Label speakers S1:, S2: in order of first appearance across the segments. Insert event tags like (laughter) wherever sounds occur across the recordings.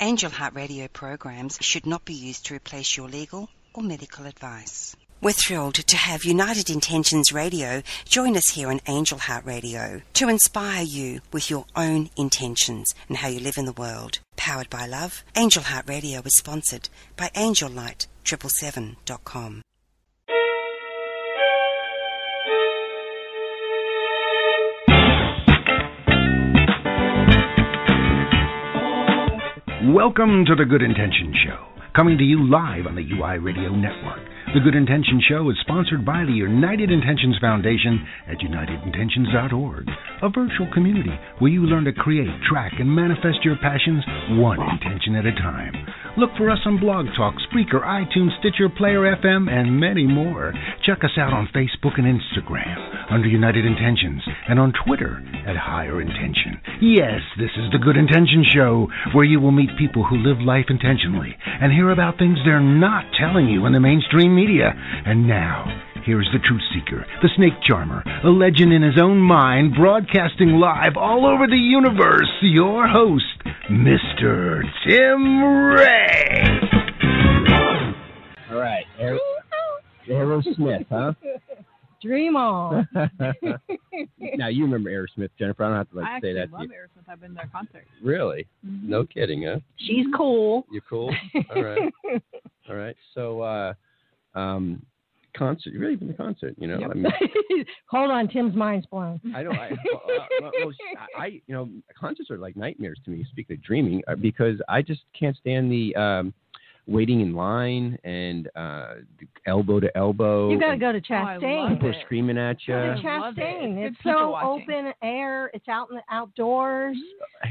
S1: Angel Heart radio programs should not be used to replace your legal or medical advice. We're thrilled to have United Intentions Radio join us here on Angel Heart Radio to inspire you with your own intentions and how you live in the world. Powered by love, Angel Heart Radio is sponsored by angellight777.com.
S2: Welcome to the Good Intention Show, coming to you live on the UI Radio Network. The Good Intention Show is sponsored by the United Intentions Foundation at unitedintentions.org, a virtual community where you learn to create, track, and manifest your passions one intention at a time. Look for us on Blog Talk, Spreaker, iTunes, Stitcher, Player FM, and many more. Check us out on Facebook and Instagram under United Intentions and on Twitter at Higher Intention. Yes, this is the Good Intention Show, where you will meet people who live life intentionally and hear about things they're not telling you in the mainstream media. And now, here is the truth seeker, the snake charmer, a legend in his own mind, broadcasting live all over the universe, your host, Mr. Tim Ray.
S3: All right. Aer- Aerosmith, huh? (laughs)
S4: Dream on.
S3: now you remember Aerosmith, Jennifer. I don't have to like
S4: I
S3: say
S4: actually
S3: that to
S4: love
S3: you.
S4: Aerosmith. I've been to their concerts.
S3: Really?
S5: Mm-hmm.
S3: No kidding, huh?
S4: She's cool.
S3: You're cool. All
S5: (laughs)
S3: right. All right. So, uh, um, concert. You really been to concert? You know, I mean,
S5: (laughs) Hold on, Tim's mind's blown.
S3: I don't. I, well, uh, well, well, I, I, you know, concerts are like nightmares to me. Speaking of dreaming, uh, because I just can't stand the um, waiting in line and uh, elbow to elbow.
S5: You got to
S3: and
S5: go to
S4: Oh, I love
S5: Chastain.
S3: People are
S4: it.
S3: screaming at you.
S5: Go to
S4: I love it.
S5: Chastain.
S4: Good
S5: It's
S4: people
S5: so
S4: watching.
S5: open air. It's out in the outdoors,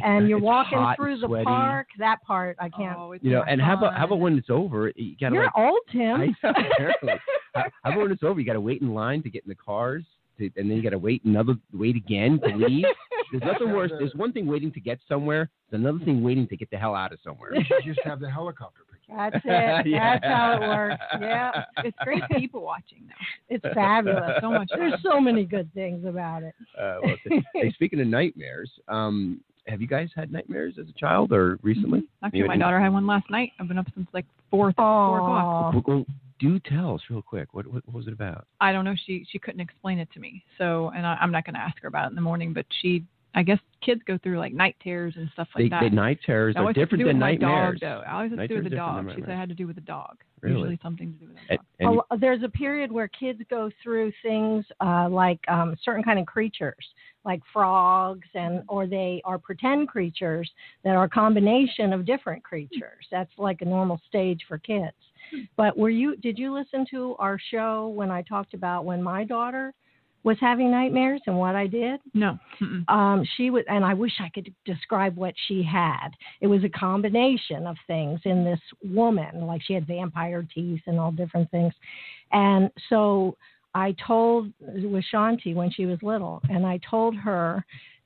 S5: and
S3: (laughs)
S5: you're
S3: It's
S5: walking
S3: hot and
S5: through the
S3: sweaty.
S5: park. That part I can't.
S4: Oh, it's
S3: You know,
S4: so
S3: and how about how about
S4: fun.
S3: when it's over? You gotta
S5: You're
S3: like,
S5: old, Tim.
S3: I know, (laughs) apparently. how how about when it's over? You gotta wait in line to get in the cars, to, and then you gotta wait another wait again to leave. There's
S4: (laughs)
S3: nothing worse. There's one thing waiting to get somewhere. There's another thing waiting to get the hell out of
S4: (laughs)
S3: somewhere.
S2: You should just have the helicopter picture.
S3: (laughs)
S5: That's it.
S3: Yeah.
S5: That's how it works. Yeah,
S4: It's
S3: (laughs)
S4: great people watching though.
S5: it's fabulous.
S4: So much fun.
S5: There's so many good things about it.
S3: Uh, well, it's- hey, speaking of nightmares, um, have you guys had nightmares as a child or recently?
S4: Actually,
S3: You
S4: my
S3: had-
S4: daughter had one last night. I've been up since like four, four o'clock.
S5: Oh,
S3: Well, well, do tell us real quick. What, what what was it about?
S4: I don't know. She she couldn't explain it to me. So, and I, I'm not going to ask her about it in the morning. But she, I guess, kids go through like night tears and stuff like
S3: They,
S4: that.
S3: they night terrors
S4: I
S3: are
S4: always have to
S3: different
S4: do with
S3: than
S4: my
S3: nightmares.
S4: Dog, though. I always have to do with
S3: Night
S4: the
S3: terrors are different
S4: dog.
S3: than
S4: She said I had to do with the dog.
S3: Really?
S4: Usually something to do with the
S3: And-
S4: dog.
S3: and you-
S5: Oh, there's a period where kids go through things uh, like um, certain kind of creatures, like frogs, and or they are pretend creatures that are a combination of different creatures. That's like a normal stage for kids. But were you? Did you listen to our show when I talked about when my daughter was having nightmares and what I did?
S4: No. Mm-mm.
S5: um, she was, and I wish I could describe what she had. It was a combination of things in this woman, like she had vampire teeth and all different things. And so I told Washanti when she was little, and I told her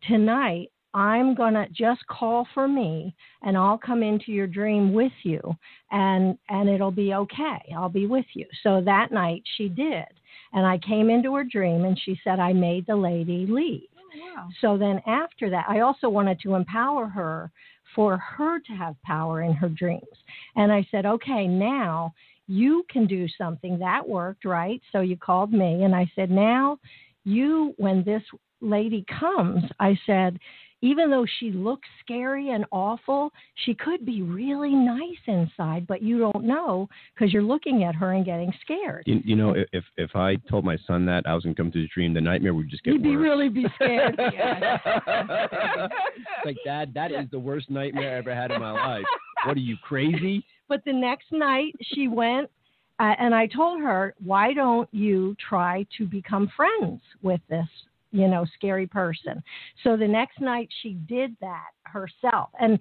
S5: tonight. I'm going to just call for me and I'll come into your dream with you and and it'll be okay. I'll be with you. So that night she did. And I came into her dream and she said I made the lady leave.
S4: Wow.
S5: So then after that, I also wanted to empower her for her to have power in her dreams. And I said, okay, now you can do something. That worked, right? So you called me and I said, now you, when this lady comes, I said, even though she looks scary and awful, she could be really nice inside, but you don't know because you're looking at her and getting scared.
S3: You, you know, if if I told my son that I was gonna come to his dream, the nightmare would just get
S5: You'd be
S3: worse.
S5: really be
S3: (laughs)
S5: scared.
S3: It's like dad, that is the worst nightmare I ever had in my life. What are you
S5: (laughs)
S3: crazy? (laughs)
S5: But the next night she went, uh, and I told her, why don't you try to become friends with this, you know, scary person? So the next night she did that herself. And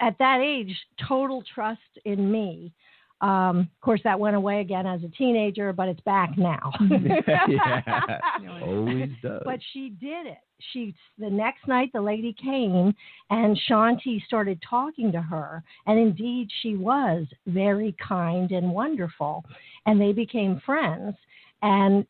S5: at that age, total trust in me. Um, of course, that went away again as a teenager, but it's back now. (laughs)
S3: yeah, always does.
S5: But she did it. She the next night the lady came and Shanti started talking to her, and indeed she was very kind and wonderful, and they became friends. And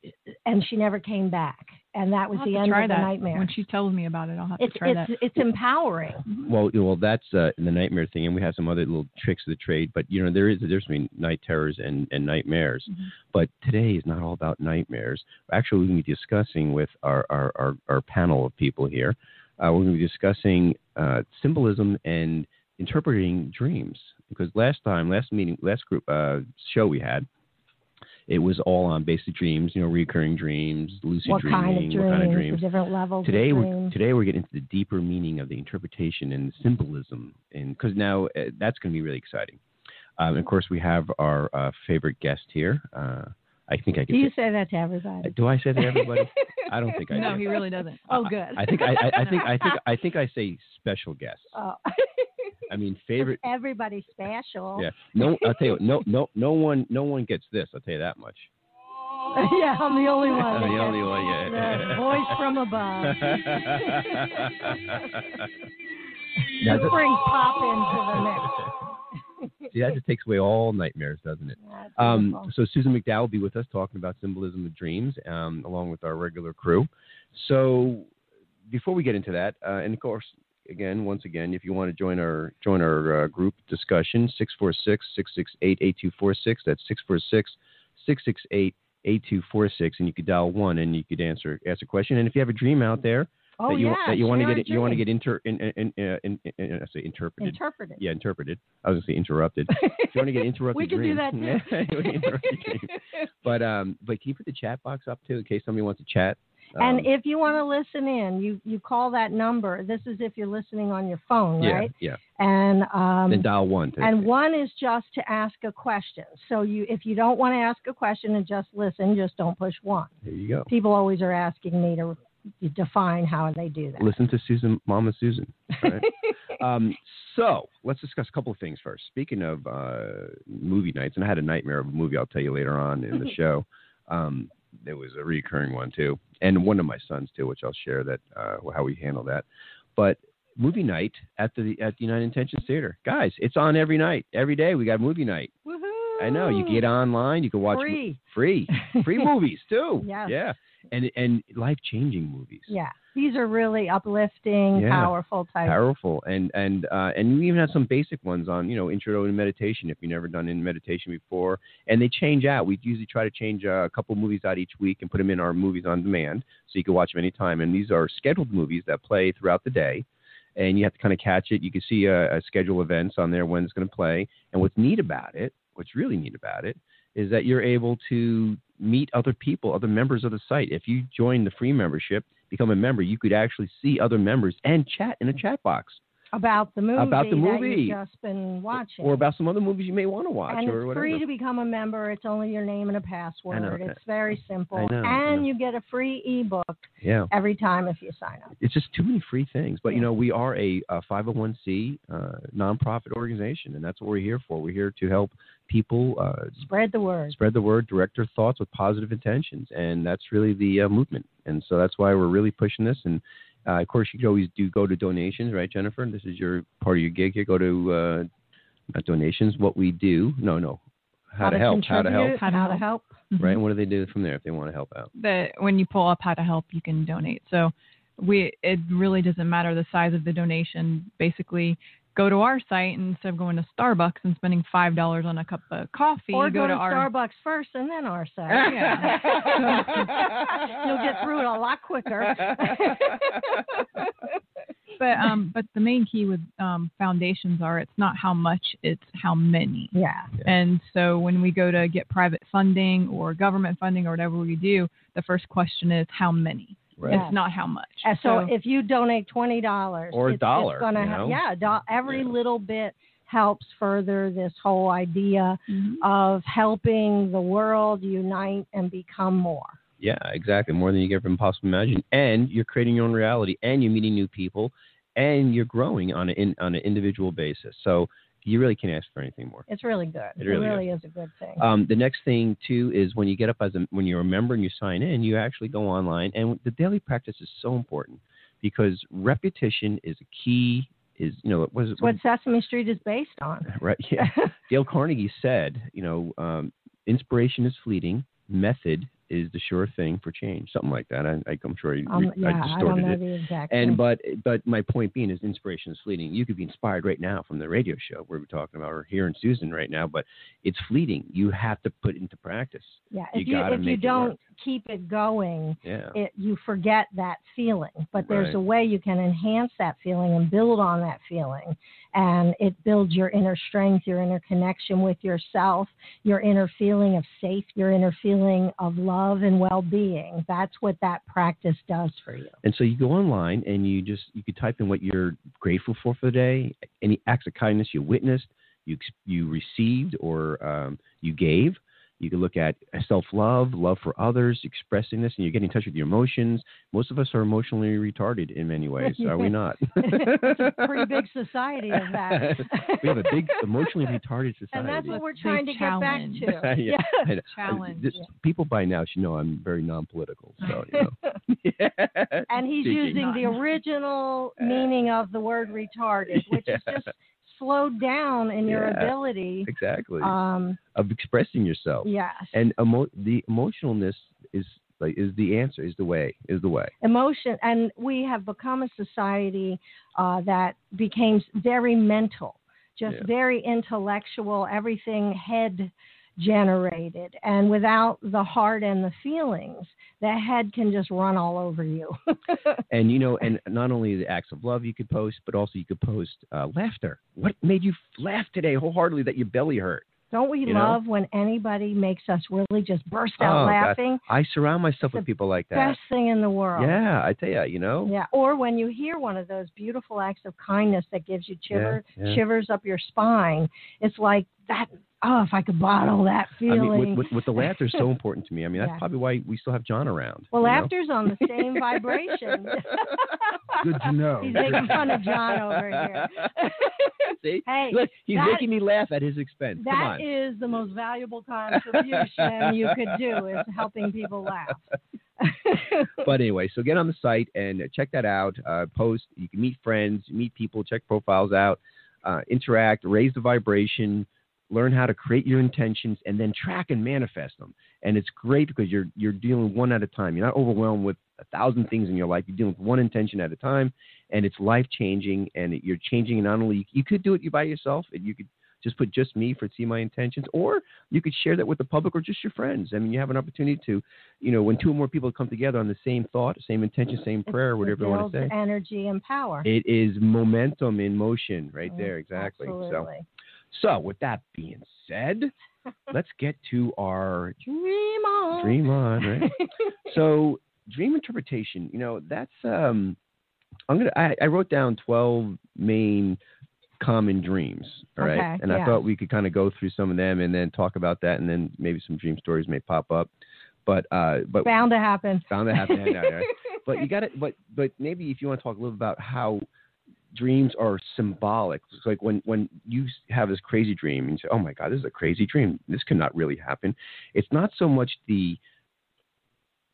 S5: and she never came back. and that was
S4: I'll have
S5: the
S4: to
S5: end
S4: try
S5: of the
S4: that.
S5: nightmare.
S4: When she tells me about it, I'll have
S5: it's
S4: to try that.
S5: it's it's empowering.
S3: Well, you know, well, that's uh, the nightmare thing, and we have some other little tricks of the trade. But you know, there is a difference between night terrors and, and nightmares.
S5: Mm-hmm.
S4: Mhm.
S3: But today is not all about nightmares. Actually, we're going to be discussing with our our, our, our panel of people here. Uh, we're going to be discussing uh, symbolism and interpreting dreams because last time, last meeting, last group uh, show we had. It was all on basic dreams, you know, recurring dreams, lucid
S5: what
S3: dreaming,
S5: kind of dreams?
S3: what kind of dreams.
S5: The different levels.
S3: Today,
S5: of
S3: we're,
S5: dreams.
S3: today we're getting into the deeper meaning of the interpretation and symbolism, and because now uh, that's going to be really exciting. Um, and of course, we have our uh, favorite guest here. Uh, I think I
S5: Do
S3: can.
S5: you
S3: say-
S5: say that to everybody?
S3: do I say that everybody? I don't
S5: (laughs)
S3: think I
S4: no,
S3: do.
S4: he really doesn't.
S5: Oh, good.
S3: I think I, I,
S5: (laughs)
S3: I think I think I think I say special guest.
S5: Oh.
S3: I mean
S5: (laughs)
S3: favorite.
S5: Everybody's special.
S3: Yeah. No, I'll tell you. What, no, no, no one, no one gets this. I'll tell you that much.
S5: (laughs) Yeah, I'm the only one.
S3: I'm
S5: that
S3: the
S5: gets
S3: only one.
S5: Oh,
S3: (laughs)
S5: The
S3: Yeah.
S5: voice from above.
S3: Now,
S5: You bring pop into the mix.
S3: See, that just takes away all nightmares, doesn't it?
S5: That's
S3: Um,
S5: beautiful.
S3: so Susan McDowell will be with us talking about symbolism of dreams, um, along with our regular crew. So before we get into that, uh, and of course, again, once again, if you want to join our join our uh, group discussion, 646-668-8246. That's 646-668-8246, and you could dial one and you could answer ask a question. And if you have a dream out there
S5: oh,
S3: that you
S5: yeah,
S3: that you want to
S5: share
S3: get
S5: a
S3: it, you want to
S5: dream.
S3: get inter in, in, in, uh, in, in, in, I say interpreted
S5: interpreted.
S3: yeah, interpreted. I was gonna say interrupted. if you want to
S5: (laughs)
S3: get interrupted,
S5: We could do
S3: dreams. (laughs)
S5: that, too.
S3: Yeah, we can interrupt your dreams. But um, but can you put the chat box up too in case somebody wants to chat? Um,
S5: and if you want to listen in, you you call that number. This is if you're listening on your phone,
S3: yeah,
S5: right?
S3: yeah,
S5: And
S3: then
S5: um,
S3: dial one. To,
S5: and one is just to ask a question. So you if you don't want to ask a question and just listen, just don't push one.
S3: there you go.
S5: People always are asking me to define how they do that.
S3: Listen to Susan, Mama Susan. all
S5: (laughs)
S3: right? um, so let's discuss a couple of things first. Speaking of uh, movie nights, and I had a nightmare of a movie I'll tell you later on
S5: (laughs)
S3: in the show. Um, there was a recurring one too, and one of my sons too, which I'll share that uh, how we handle that. But movie night at the at the United Intentions Theater, guys, it's on every night, every day. We got movie night.
S5: Woohoo!
S3: I know you get online, you can watch mo-
S5: free.
S3: free, free
S5: (laughs)
S3: movies too.
S5: Yes.
S3: Yeah, and and life changing movies.
S5: Yeah, these are really uplifting,
S3: Yeah.
S5: powerful type.
S3: powerful and and uh, and we even have some basic ones on you know intro to meditation if you've never done in meditation before and they change out we usually try to change uh, a couple movies out each week and put them in our movies on demand so you can watch them anytime and these are scheduled movies that play throughout the day and you have to kind of catch it you can see uh, uh, schedule events on there when it's going to play and what's neat about it what's really neat about it is that you're able to meet other people, other members of the site. If you join the free membership, become a member, you could actually see other members and chat in a chat box
S5: about the movie
S3: About the
S5: that
S3: movie.
S5: you've just been watching.
S3: or about some other movies you may want to watch
S5: and
S3: or
S5: it's
S3: whatever.
S5: free to become a member. It's only your name and a password.
S3: know.
S5: It's very simple.
S3: I know,
S5: and
S3: I know.
S5: you get a free ebook
S3: yeah.
S5: every time if you sign up.
S3: It's just too many free things. But, you
S5: Yeah.
S3: know, we are a, uh 501c uh, nonprofit organization, and that's what we're here for. We're here to help people uh,
S5: Spread the word.
S3: spread the word, direct their thoughts with positive intentions, and that's really the uh, movement. And so that's why we're really pushing this. And uh, of course, you can always do go to donations, right, Jennifer? This is your part of your gig here. Go to uh, not donations. What we do? No, no. How, to, help? How to help?
S5: contribute, How to help?
S3: Right? And what do they do from there if they want to help out?
S4: that when you pull up how to help, you can donate. So we it really doesn't matter the size of the donation. Basically, go to our site and instead of going to Starbucks and spending five dollars on a cup of coffee.
S5: Or
S4: you go,
S5: go, to,
S4: our
S5: Starbucks first and then our site.
S4: Yeah.
S5: (laughs) You'll get through it a
S3: (laughs)
S5: lot quicker.
S4: (laughs) but um but the main key with um, foundations are it's not how much, it's how many.
S5: yeah.
S4: And so when we go to get private funding or government funding or whatever we do, the first question is how many.
S3: Right.
S5: Yeah.
S4: It's not how much.
S5: And so, if you donate twenty dollars
S3: Or a
S5: it's,
S3: dollar,
S5: it's gonna
S3: you
S5: ha-
S3: know?
S5: yeah, do- every
S3: Yeah.
S5: little bit helps further this whole idea
S4: Mhm.
S5: of helping the world unite and become more.
S3: Yeah, exactly. More than you could ever possibly imagine. And you're creating your own reality, and you're meeting new people, and you're growing on an in, on an individual basis. So you really can't ask for anything more.
S5: It's really good.
S3: It really
S5: is. a good thing.
S3: Um, the next thing too is when you get up as a when you're a member and you sign in, you actually go online, and the daily practice is so important because repetition is a key. Is you know what is it?
S5: it's what Sesame Street is based on.
S3: (laughs) right?
S5: (laughs)
S3: Yeah. Dale Carnegie said, you know, um, inspiration is fleeting, method is the sure thing for change, something like that. I, I, am sure I,
S5: Um, yeah,
S3: I
S5: I, don't
S3: distorted
S5: know
S3: it.
S5: the exact.
S3: And but but my point being is inspiration is fleeting. You could be inspired right now from the radio show we're talking about, or here in Susan right now, but it's fleeting. You have to put it into practice.
S5: yeah,
S3: you
S5: if you,
S3: gotta
S5: if you
S3: make it
S5: don't
S3: work.
S5: keep it going,
S3: Yeah.
S5: it, you forget that feeling. But there's
S3: Right.
S5: a way you can enhance that feeling and build on that feeling. And it builds your inner strength, your inner connection with yourself, your inner feeling of safe, your inner feeling of love and well being. That's what that practice does for you.
S3: And so you go online and you just you could type in what you're grateful for for the day, any acts of kindness you witnessed, you ex- you received or um, you gave. You can look at self love, love for others, expressing this, and you get in touch with your emotions. Most of us are emotionally retarded in many ways, are we not?
S5: It's a (laughs) pretty
S3: (laughs)
S5: big society of that.
S3: we have a
S5: (laughs)
S3: big emotionally retarded society.
S5: and that's what we're
S4: They
S5: trying to get back
S4: challenge.
S5: to.
S3: Yeah. I know. I-
S4: Challenge.
S3: this- People by now should know I'm very non-political, so you know.
S5: (laughs)
S3: (laughs)
S5: And he's
S3: Speaking.
S5: using the
S4: None.
S3: (laughs)
S5: original meaning of the word retarded, which is
S3: Yeah.
S5: just slowed down in your
S3: Yeah.
S5: ability
S3: exactly
S5: um,
S3: of expressing yourself.
S5: Yes.
S3: and emo- the emotionalness is like is the answer is the way is the
S5: (laughs)
S3: way
S5: Emotion, and we have become a society uh, that became very mental, just
S3: Yeah.
S5: very intellectual, everything head generated. And without the heart and the feelings, the head can just run all over you. (laughs)
S3: and you know and not only the acts of love you could post but also you could post uh, laughter what made you laugh today wholeheartedly that your belly hurt
S5: Don't we
S3: You know?
S5: love when anybody makes us really just burst out
S3: Oh, God.
S5: laughing?
S3: i surround myself
S5: The
S3: with people like that
S5: Best thing in the world.
S3: yeah i tell you you know
S5: Yeah, or when you hear one of those beautiful acts of kindness that gives you chiver,
S3: yeah.
S5: shivers up your spine, it's like that. Oh, if I could bottle that
S3: i
S5: feeling.
S3: mean with, with, with the laughter is
S5: (laughs)
S3: so important to me i mean that's
S5: Yeah.
S3: probably why we still have john around
S5: well,
S3: you know?
S5: laughter's on the
S3: (laughs)
S5: same vibration. (laughs)
S2: Good to know.
S5: He's making fun of John over here.
S3: See?
S5: (laughs) Hey,
S3: Look, he's
S5: that-
S3: making me laugh at his expense. Come on.
S5: that is the most valuable contribution you could do is helping people laugh.
S3: but anyway, so get on the site and check that out. Uh, post. You can meet friends, meet people, check profiles out, uh, interact, raise the vibration, learn how to create your intentions, and then track and manifest them. And it's great because you're you're dealing one at a time. You're not overwhelmed with a thousand things in your life. You're dealing with one intention at a time, and it's life changing. And you're changing not only you could do it by yourself, and you could. Just put just me for see my intentions, or you could share that with the public or just your friends. I mean, you have an opportunity to you know, when two or more people come together on the same thought, same intention, same prayer, whatever
S5: it
S3: you want to
S5: builds
S3: say,
S5: Energy and power.
S3: it is momentum in motion right
S5: Mm,
S3: there. Exactly. So,
S5: Absolutely.
S3: so with that being
S5: (laughs)
S3: said, let's get to our
S5: Dream on.
S3: dream on, right? so, dream interpretation, you know, that's, um, I'm going to, I I wrote down 12 main common dreams. All right.
S5: Okay,
S3: and I
S5: yeah.
S3: thought we could kind of go through some of them and then talk about that. And then maybe some dream stories may pop up. But, uh, but
S5: (laughs) Bound to happen.
S3: found that happen. I know,
S5: (laughs)
S3: right? But you got to, but but maybe if you want to talk a little about how dreams are symbolic, it's like when when you have this crazy dream and you say, "Oh my God, this is a crazy dream. This could not really happen." It's not so much the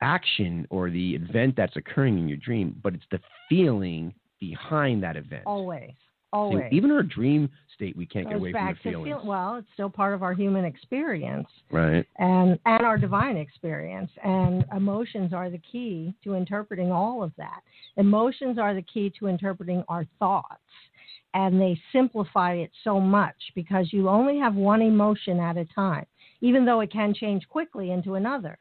S3: action or the event that's occurring in your dream, but it's the feeling behind that event.
S5: Always.
S3: See,
S5: Always.
S3: even our dream state, we can't
S5: goes
S3: get away from
S5: back
S3: the feeling.
S5: to feel, well, it's still part of our human experience
S3: right.
S5: and and our divine experience and emotions are the key to interpreting all of that. Emotions are the key to interpreting our thoughts and they simplify it so much because you only have one emotion at a time even though it can change quickly into another.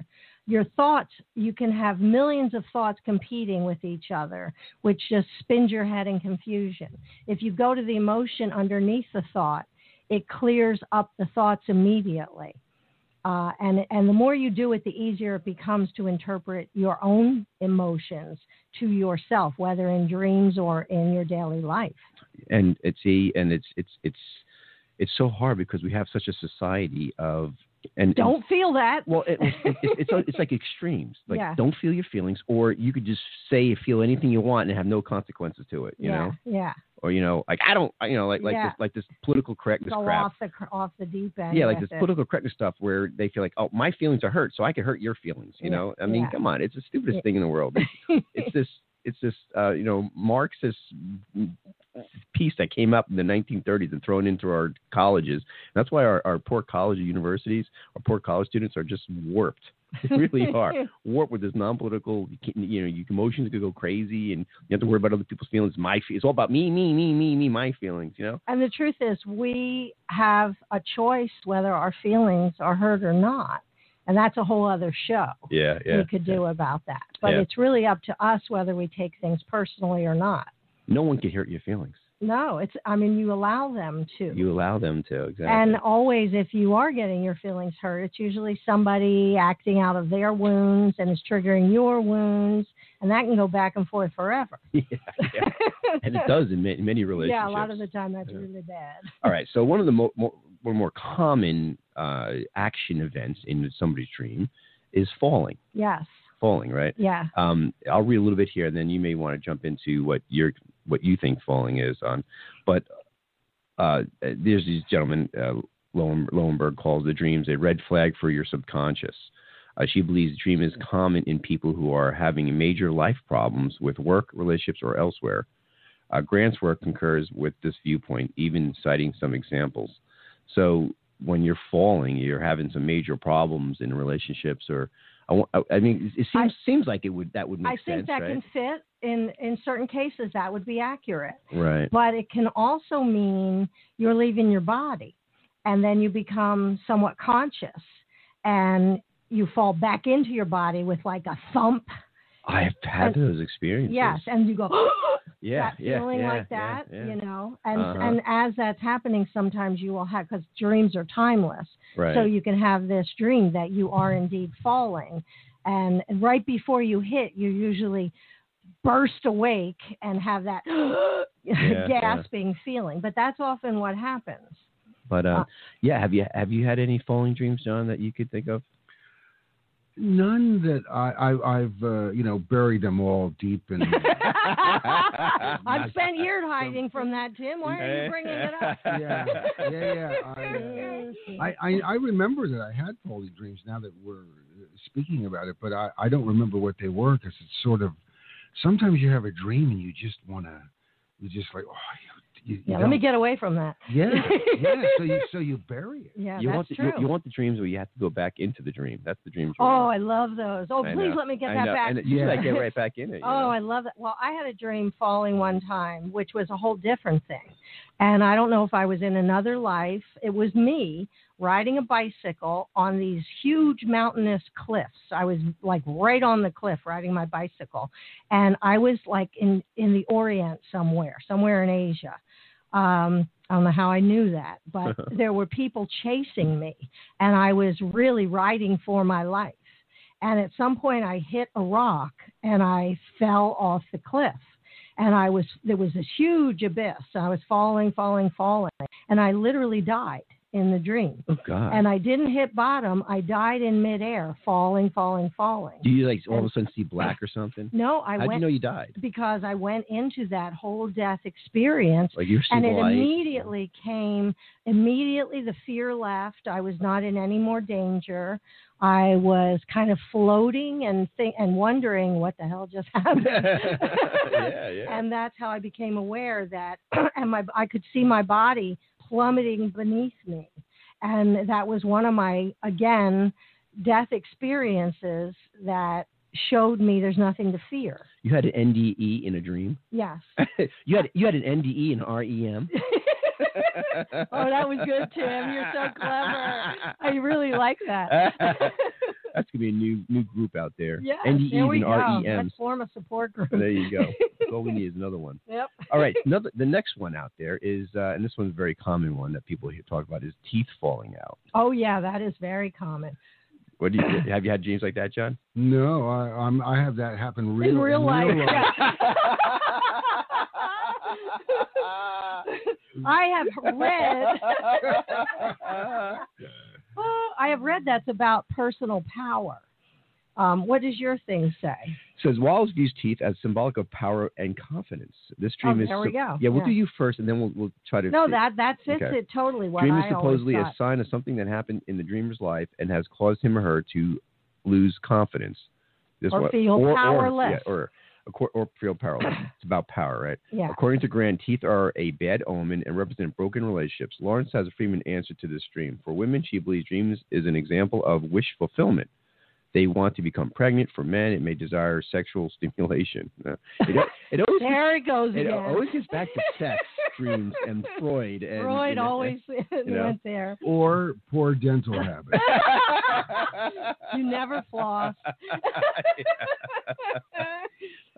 S5: Your thoughts, you can have millions of thoughts competing with each other, which just spins your head in confusion. If you go to the emotion underneath the thought, it clears up the thoughts immediately. Uh, and, and the more you do it, the easier it becomes to interpret your own emotions to yourself, whether in dreams or in your daily life.
S3: and it's see and it's it's it's it's so hard because we have such a society of and
S5: Don't feel that.
S3: well it, it, it, it's it's like extremes like
S5: Yeah.
S3: don't feel your feelings or you could just say feel anything you want and have no consequences to it you
S5: yeah,
S3: know
S5: yeah.
S3: or you know like I don't I- you know like like
S5: Yeah.
S3: this like this political correctness
S5: Go
S3: crap
S5: off the cr- off the deep end.
S3: yeah like this
S5: with it.
S3: political correctness stuff where they feel like oh my feelings are hurt so I could hurt your feelings you
S5: Yeah.
S3: know I mean
S5: Yeah.
S3: come on it's the stupidest
S5: Yeah.
S3: thing in the world it's this it's this uh, you know Marxist piece that came up in the 1930s and thrown into our colleges. That's why our, our poor college universities, our poor college students are just warped (laughs) They really are. Warped with this non-political. You, can, you know, your emotions could go crazy, and you have to worry about other people's feelings. My, fe- it's all about me, me, me, me, me, my feelings. You know.
S5: And the truth is, we have a choice whether our feelings are hurt or not. And that's a whole other show
S3: Yeah,
S5: we could do about that. But
S3: Yeah.
S5: it's really up to us whether we take things personally or not.
S3: No one can hurt your feelings.
S5: No, it's, I mean, you allow them to.
S3: You allow them to. Exactly.
S5: and always, if you are getting your feelings hurt, it's usually somebody acting out of their wounds and is triggering your wounds. And that can go back and forth forever.
S3: yeah, (laughs)
S5: (laughs)
S3: yeah. and it does in ma- in many relationships.
S5: yeah, a lot of the time that's
S3: Yeah.
S5: really bad.
S3: All right. So one of the mo- more more, more common uh, action events in somebody's dream is falling.
S5: Yes,
S3: Falling, right?
S5: yeah.
S3: Um, I'll read a little bit here, and then you may want to jump into what your what you think falling is on. But uh, there's these gentlemen uh, Lowen, Lowenberg calls the dreams a red flag for your subconscious. Uh, she believes the dream is common in people who are having major life problems with work, relationships, or elsewhere. Uh, Grant's work concurs with this viewpoint, even citing some examples. So when you're falling, you're having some major problems in relationships, or I, wa- I- I mean, it seems
S5: I-
S3: seems like it would that would make
S5: I think
S3: sense,
S5: that
S3: right?
S5: can fit in in certain cases that would be accurate.
S3: right.
S5: But it can also mean you're leaving your body and then you become somewhat conscious and you fall back into your body with like a thump.
S3: I've had those experiences.
S5: Yes, and
S3: (gasps)
S5: you go (gasps)
S3: Yeah.
S5: that
S3: yeah.
S5: feeling
S3: yeah,
S5: like
S3: yeah,
S5: that,
S3: yeah.
S5: you know. And
S3: Uh-huh.
S5: and as that's happening sometimes you will have cuz dreams are timeless.
S3: Right.
S5: So you can have this dream that you are indeed falling. And right before you hit, you usually burst awake and have that (laughs)
S3: yeah.
S5: gasping feeling. But that's often
S3: (laughs)
S5: what happens.
S3: But um,
S5: Uh,
S3: yeah, have you have you had any falling dreams, John, that you could think of?
S2: None that I, I I've uh, you know buried them all deep
S5: (laughs)
S2: and
S5: I've spent years hiding
S2: (laughs)
S5: from that, Tim. Why are you bringing it
S3: (laughs)
S5: up?
S2: yeah yeah yeah. I, uh,
S5: (laughs)
S2: I, I I remember that I had falling dreams. Now that we're uh, speaking about it, but I I don't remember what they were because it's sort of sometimes you have a dream and you just wanna you just like oh you, you, you
S5: yeah, let me
S2: don't-
S5: get away from that.
S2: yeah
S5: (laughs)
S2: yeah so you so you bury it.
S5: Yeah,
S3: you
S5: that's
S3: want the,
S5: true.
S3: You, you want the dreams where you have to go back into the dream. That's the dream.
S5: oh, I love those. Oh,
S3: I
S5: please
S3: know.
S5: let me get
S3: I
S5: that
S3: know.
S5: back.
S3: And usually I
S2: Yeah.
S3: get right back in it. you
S5: Oh,
S3: know.
S5: I love that. Well, I had a dream falling one time, which was a whole different thing. And I don't know if I was in another life. It was me riding a bicycle on these huge mountainous cliffs. I was like right on the cliff riding my bicycle. And I was like in, in the Orient somewhere, somewhere in Asia. Um, I don't know how I knew that,
S3: (laughs)
S5: but there were people chasing me, and I was really riding for my life. And at some point, I hit a rock and I fell off the cliff. And I was, there was this huge abyss. I was falling, falling, falling. And I literally died in the dream.
S3: oh God.
S5: And I didn't hit bottom. I died in midair, falling, falling, falling.
S3: Do you like all of a sudden see black or something?
S5: No, (laughs) I
S3: How do you
S5: went
S3: know you died?
S5: because I went into that whole death experience
S3: Like you're seeing
S5: and it
S3: light.
S5: immediately came immediately the fear left i was not in any more danger i was kind of floating and think and wondering what the hell just (laughs)
S3: (laughs)
S5: happened (laughs)
S3: yeah, yeah.
S5: and that's how i became aware that (clears throat) and my i could see my body plummeting beneath me and that was one of my again death experiences that showed me there's nothing to fear
S3: you had an NDE in a dream.
S5: yes (laughs)
S3: you had you had an NDE in E REM.
S5: (laughs) Oh, that was good, Tim. You're so clever. I really like that.
S3: (laughs) That's gonna be a new new group out there. E
S5: Yeah,
S3: NDEs
S5: there we
S3: and
S5: go.
S3: REMs.
S5: Let's
S3: (laughs)
S5: form a support group.
S3: There you go. That's all we need is another one.
S5: (laughs) Yep.
S3: All right, another the next one out there is, uh, and this one's a very common one that people here talk about is teeth falling out.
S5: Oh yeah, that is very common.
S3: What do
S5: (sighs)
S3: you have? You had dreams like that, John?
S2: No, I I'm, I have that happen real,
S5: In real life. yeah. (laughs) I have read (laughs) oh, I have read that's about personal power. Um, what does your thing say? Oh,
S3: Says Wallace views teeth as symbolic of power and confidence. This
S5: Oh,
S3: dream is.
S5: there we go.
S3: Yeah, we'll
S5: Yeah.
S3: do you first, and then we'll we'll try to.
S5: No, that that fits
S3: Okay.
S5: it totally. What
S3: dream
S5: I
S3: is supposedly
S5: always
S3: a
S5: thought.
S3: sign of something that happened in the dreamer's life and has caused him or her to lose confidence. This
S5: Or
S3: one-
S5: feel
S3: or,
S5: powerless.
S3: Or, yeah, or, or feel
S5: (laughs)
S3: powerless. it's about power, right?
S5: yeah.
S3: According to Grant, teeth are a bad omen and represent broken relationships. Lawrence has a Freeman answer to this dream. For women, she believes dreams is an example of wish fulfillment. they want to become pregnant. For men, it may desire sexual stimulation. (laughs) Uh, It, it always
S5: There it goes
S3: it
S5: again.
S3: always gets back to
S5: (laughs)
S3: sex dreams and Freud. And,
S5: Freud
S3: and-
S5: always
S3: know.
S5: (laughs) went there.
S2: Or poor dental habits.
S5: You never floss.
S3: (laughs)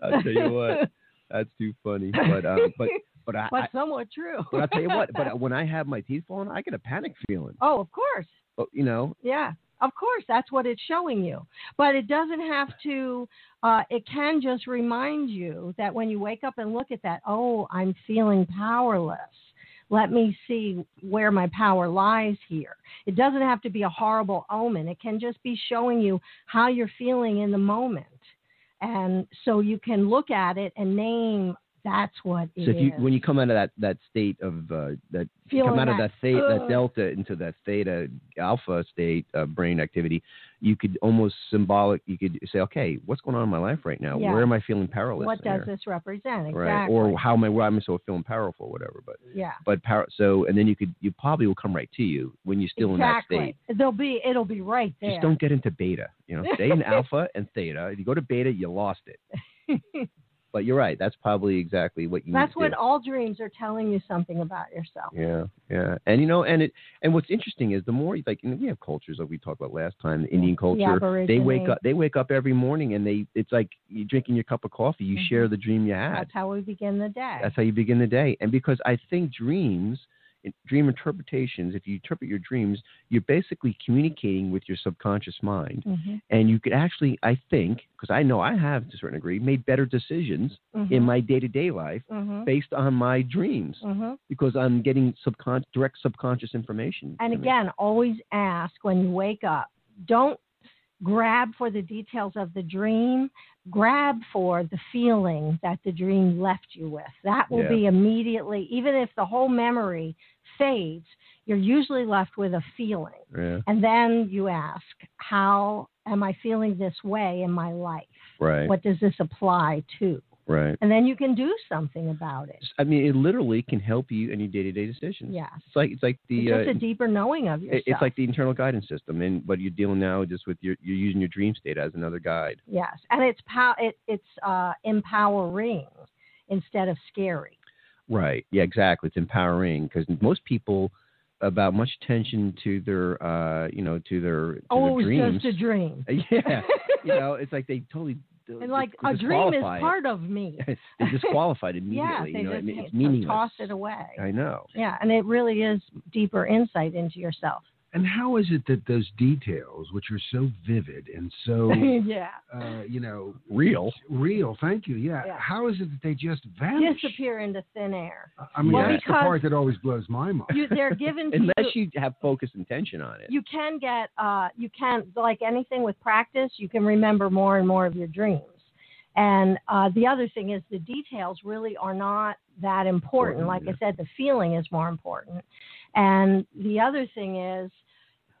S3: I'll tell you what, that's too funny. But uh, but but
S5: (laughs)
S3: I,
S5: (laughs) but
S3: I
S5: somewhat true.
S3: but I'll tell you what. But when I have my teeth falling, I get a panic feeling.
S5: oh, of course.
S3: But, you know,
S5: Yeah, of course. That's what it's showing you. But it doesn't have to, uh, it can just remind you that when you wake up and look at that, oh, I'm feeling powerless. Let me see where my power lies here. It doesn't have to be a horrible omen. It can just be showing you how you're feeling in the moment. And so you can look at it and name that's what it is.
S3: so if you when you come out of that that state of uh, that
S5: Feeling
S3: come out of that
S5: that,
S3: theta
S5: "Ugh."
S3: that delta into that theta alpha state uh, brain activity, you could almost symbolic. You could say, okay, what's going on in my life right now?
S5: Yeah.
S3: Where am I feeling powerless?
S5: what
S3: in
S5: does
S3: here?
S5: this represent? Exactly.
S3: Right. Or how am I? Why am I so feeling powerful? Whatever. But
S5: yeah.
S3: but power. So and then you could you probably will come right to you when you're still
S5: exactly.
S3: in that state.
S5: They'll be it'll be right there.
S3: Just don't get into beta. You know, stay in
S5: (laughs)
S3: alpha and theta. If you go to beta, you lost it. but you're right. That's probably exactly what you.
S5: That's
S3: need to
S5: when
S3: do.
S5: all dreams are telling you something about yourself.
S3: Yeah, yeah, and you know, and it, and what's interesting is the more like you know, we have cultures like we talked about last time, the Indian culture. they wake
S5: Aborigines.
S3: up. They wake up every morning, and they. It's like you drinking your cup of coffee. You
S5: Mm-hmm.
S4: Mhm.
S3: share the dream you had.
S5: That's how we begin the day.
S3: That's how you begin the day. And because I think dreams, dream interpretations, if you interpret your dreams, you're basically communicating with your subconscious mind.
S5: Mhm,
S3: And you could actually, I think, because I know I have to a certain degree, made better decisions
S5: mhm,
S3: in my day to day life
S5: mhm,
S3: based on my dreams
S5: mhm.
S3: because I'm getting subcon- direct subconscious information.
S5: And
S3: to me.
S5: again, always ask when you wake up. Don't grab for the details of the dream. Grab for the feeling that the dream left you with. That will
S3: Yeah.
S5: be immediately, even if the whole memory fades, you're usually left with a feeling.
S3: Yeah,
S5: And then you ask, how am I feeling this way in my life?
S3: right,
S5: What does this apply to?
S3: right.
S5: And then you can do something about it.
S3: I mean, it literally can help you in your day to day decisions.
S5: Yes.
S3: It's like it's like the
S5: it's
S3: uh,
S5: just a deeper knowing of yourself.
S3: It- It's like the internal guidance system, and what you're dealing now just with your you're using your dream state as another guide.
S5: yes, and it's pow- it, it's uh, empowering instead of scary.
S3: Right. Yeah. Exactly. It's empowering because most people about much attention to their uh you know to their to
S5: Oh,
S3: their
S5: it was
S3: dreams.
S5: just a dream.
S3: (laughs)
S5: (laughs)
S3: yeah. you know, it's like they totally
S5: and like a dream is part of me.
S3: they disqualified
S5: (laughs)
S3: (laughs)
S5: yeah,
S3: immediately.
S5: they
S3: you know,
S5: just
S3: I mean,
S5: can't-
S3: it's meaningless.
S5: toss it away.
S3: I know.
S5: Yeah, and it really is deeper insight into yourself.
S2: and how is it that those details, which are so vivid and
S5: (laughs)
S2: so,
S5: yeah,
S2: uh, you know,
S3: Real.
S2: real, thank you, yeah,
S5: Yeah.
S2: how is it that they just vanish?
S5: disappear into thin air.
S2: I mean,
S3: Well,
S2: that's the
S5: because-
S2: part that always blows my mind.
S5: You, they're given to you.
S3: (laughs)
S5: (laughs)
S3: Unless you have focused intention on it.
S5: you can get uh, you can like anything with practice you can remember more and more of your dreams and uh, the other thing is the details really are not that important,
S3: Important,
S5: like
S3: yeah.
S5: i said the feeling is more important and the other thing is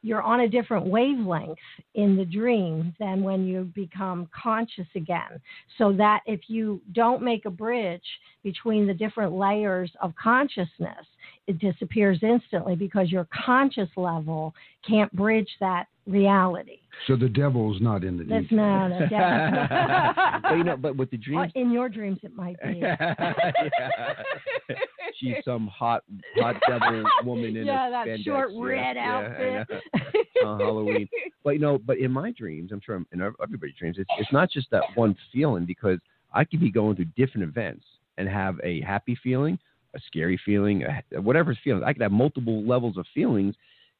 S5: you're on a different wavelength in the dream than when you become conscious again. So that if you don't make a bridge between the different layers of consciousness, it disappears instantly because your conscious level can't bridge that reality.
S2: So the devil's not in the
S5: That's
S2: details.
S5: not a
S3: (laughs) but Mm. you know, but with the
S5: (laughs) Well,
S3: dreams
S5: in your dreams, it might
S3: (laughs)
S5: be. (laughs)
S3: She's some hot, hot devil woman in
S5: (laughs) yeah,
S3: a
S5: that
S3: spandex,
S5: short
S3: yeah,
S5: red
S3: yeah, I
S5: outfit.
S3: know. (laughs)
S5: (laughs)
S3: On Halloween. But you know, but in my dreams, I'm sure in everybody's dreams, it's, it's not just that one feeling because I could be going through different events and have a happy feeling, a scary feeling, a, whatever's feeling. I could have multiple levels of feelings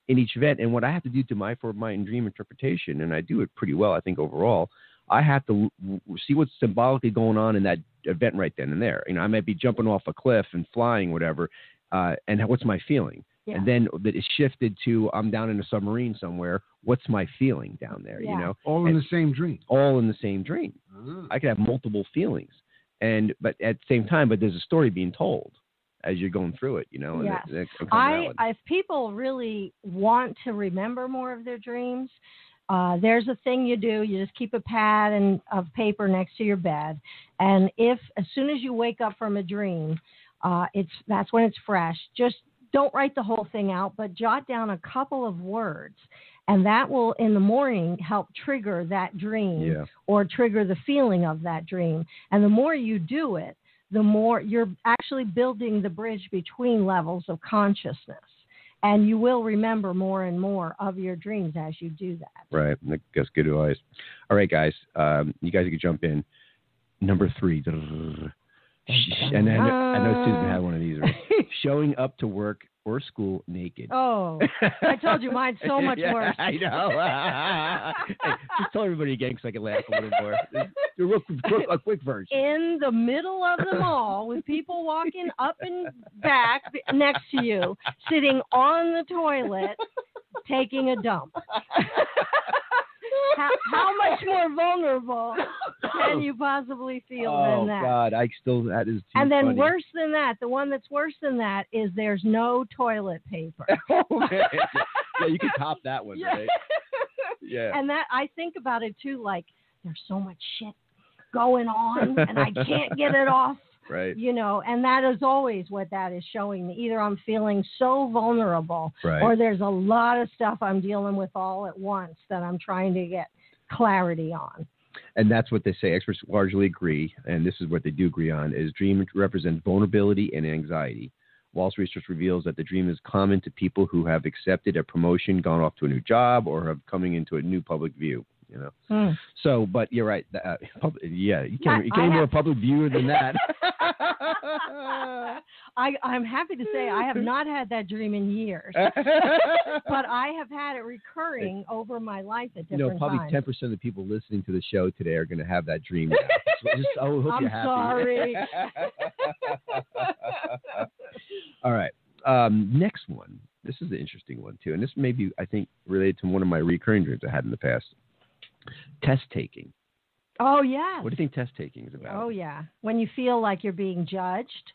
S3: in each event, and what I have to do to my for my dream interpretation, and I do it pretty well, I think overall. I have to w- w- see what's symbolically going on in that event right then and there. You know, I might be jumping off a cliff and flying, whatever. Uh, and what's my feeling?
S5: Yeah.
S3: And then that is shifted to I'm down in a submarine somewhere. What's my feeling down there?
S5: Yeah.
S3: You know,
S2: All in the same dream.
S3: all in the same dream. I could have multiple feelings, and but at the same time, but there's a story being told as you're going through it. You know, and
S5: Yes.
S3: it- it- a
S5: I,
S3: commonality.
S5: if people really want to remember more of their dreams, uh, there's a thing you do. You just keep a pad and of paper next to your bed, and if as soon as you wake up from a dream, uh, it's that's when it's fresh. Just don't write the whole thing out, but jot down a couple of words And that will, in the morning, help trigger that dream
S3: Yeah.
S5: or trigger the feeling of that dream. And the more you do it, the more you're actually building the bridge between levels of consciousness. And you will remember more and more of your dreams as you do that.
S3: Right. That- That's good advice. All right, guys. Um, you guys can jump in. Number three. And then I know Susan
S5: Ah.
S3: had one of these.
S5: (laughs)
S3: Right? Showing up to work or school naked.
S5: oh, I told you mine's (laughs)
S3: (laughs)
S5: so much
S3: Yeah,
S5: worse.
S3: I know. (laughs) Hey, just tell everybody again so I can laugh a little
S5: (laughs)
S3: more. Do a, real, quick, a quick version.
S5: in the middle of the mall with people walking up and back next to you, sitting on the toilet, taking a dump. how, how much more vulnerable can you possibly feel
S3: oh
S5: than that?
S3: God, I still that is. Too
S5: And then
S3: funny.
S5: worse than that, the one that's worse than that is there's no toilet
S3: (laughs)
S5: paper.
S3: (laughs) Oh, man. yeah, you can top that
S5: (laughs)
S3: one, right? Yeah.
S5: And that I think about it too, like there's so much shit going on and I can't get it off.
S3: Right.
S5: you know, and that is always what that is showing me. Either I'm feeling so vulnerable,
S3: Right.
S5: or there's a lot of stuff I'm dealing with all at once that I'm trying to get clarity on.
S3: and that's what they say. Experts largely agree, and this is what they do agree on: is dreams represent vulnerability and anxiety. Walt's research reveals that the dream is common to people who have accepted a promotion, gone off to a new job, or have coming into a new public view. You know.
S5: Hmm.
S3: So, but you're right. that, Uh, (laughs) pub- yeah, you
S5: I-
S3: can't. You
S5: I
S3: can't be
S5: have-
S3: more public viewer than that.
S5: I, I'm happy to say
S3: (laughs)
S5: I have not had that dream in
S3: Uh,
S5: years, (laughs) but I have had it recurring over my life at
S3: you know,
S5: different
S3: probably ten
S5: times.
S3: percent of the people listening to the show today are going to have that
S5: (laughs)
S3: dream. now. So just, I hope
S5: I'm
S3: you're happy.
S5: sorry.
S3: (laughs) All right. Um, next one. This is an interesting one too, and this may be, I think, related to one of my recurring dreams I had in the past. Test taking.
S5: oh yes.
S3: What do you think test taking is about?
S5: Oh yeah, when you feel like you're being judged,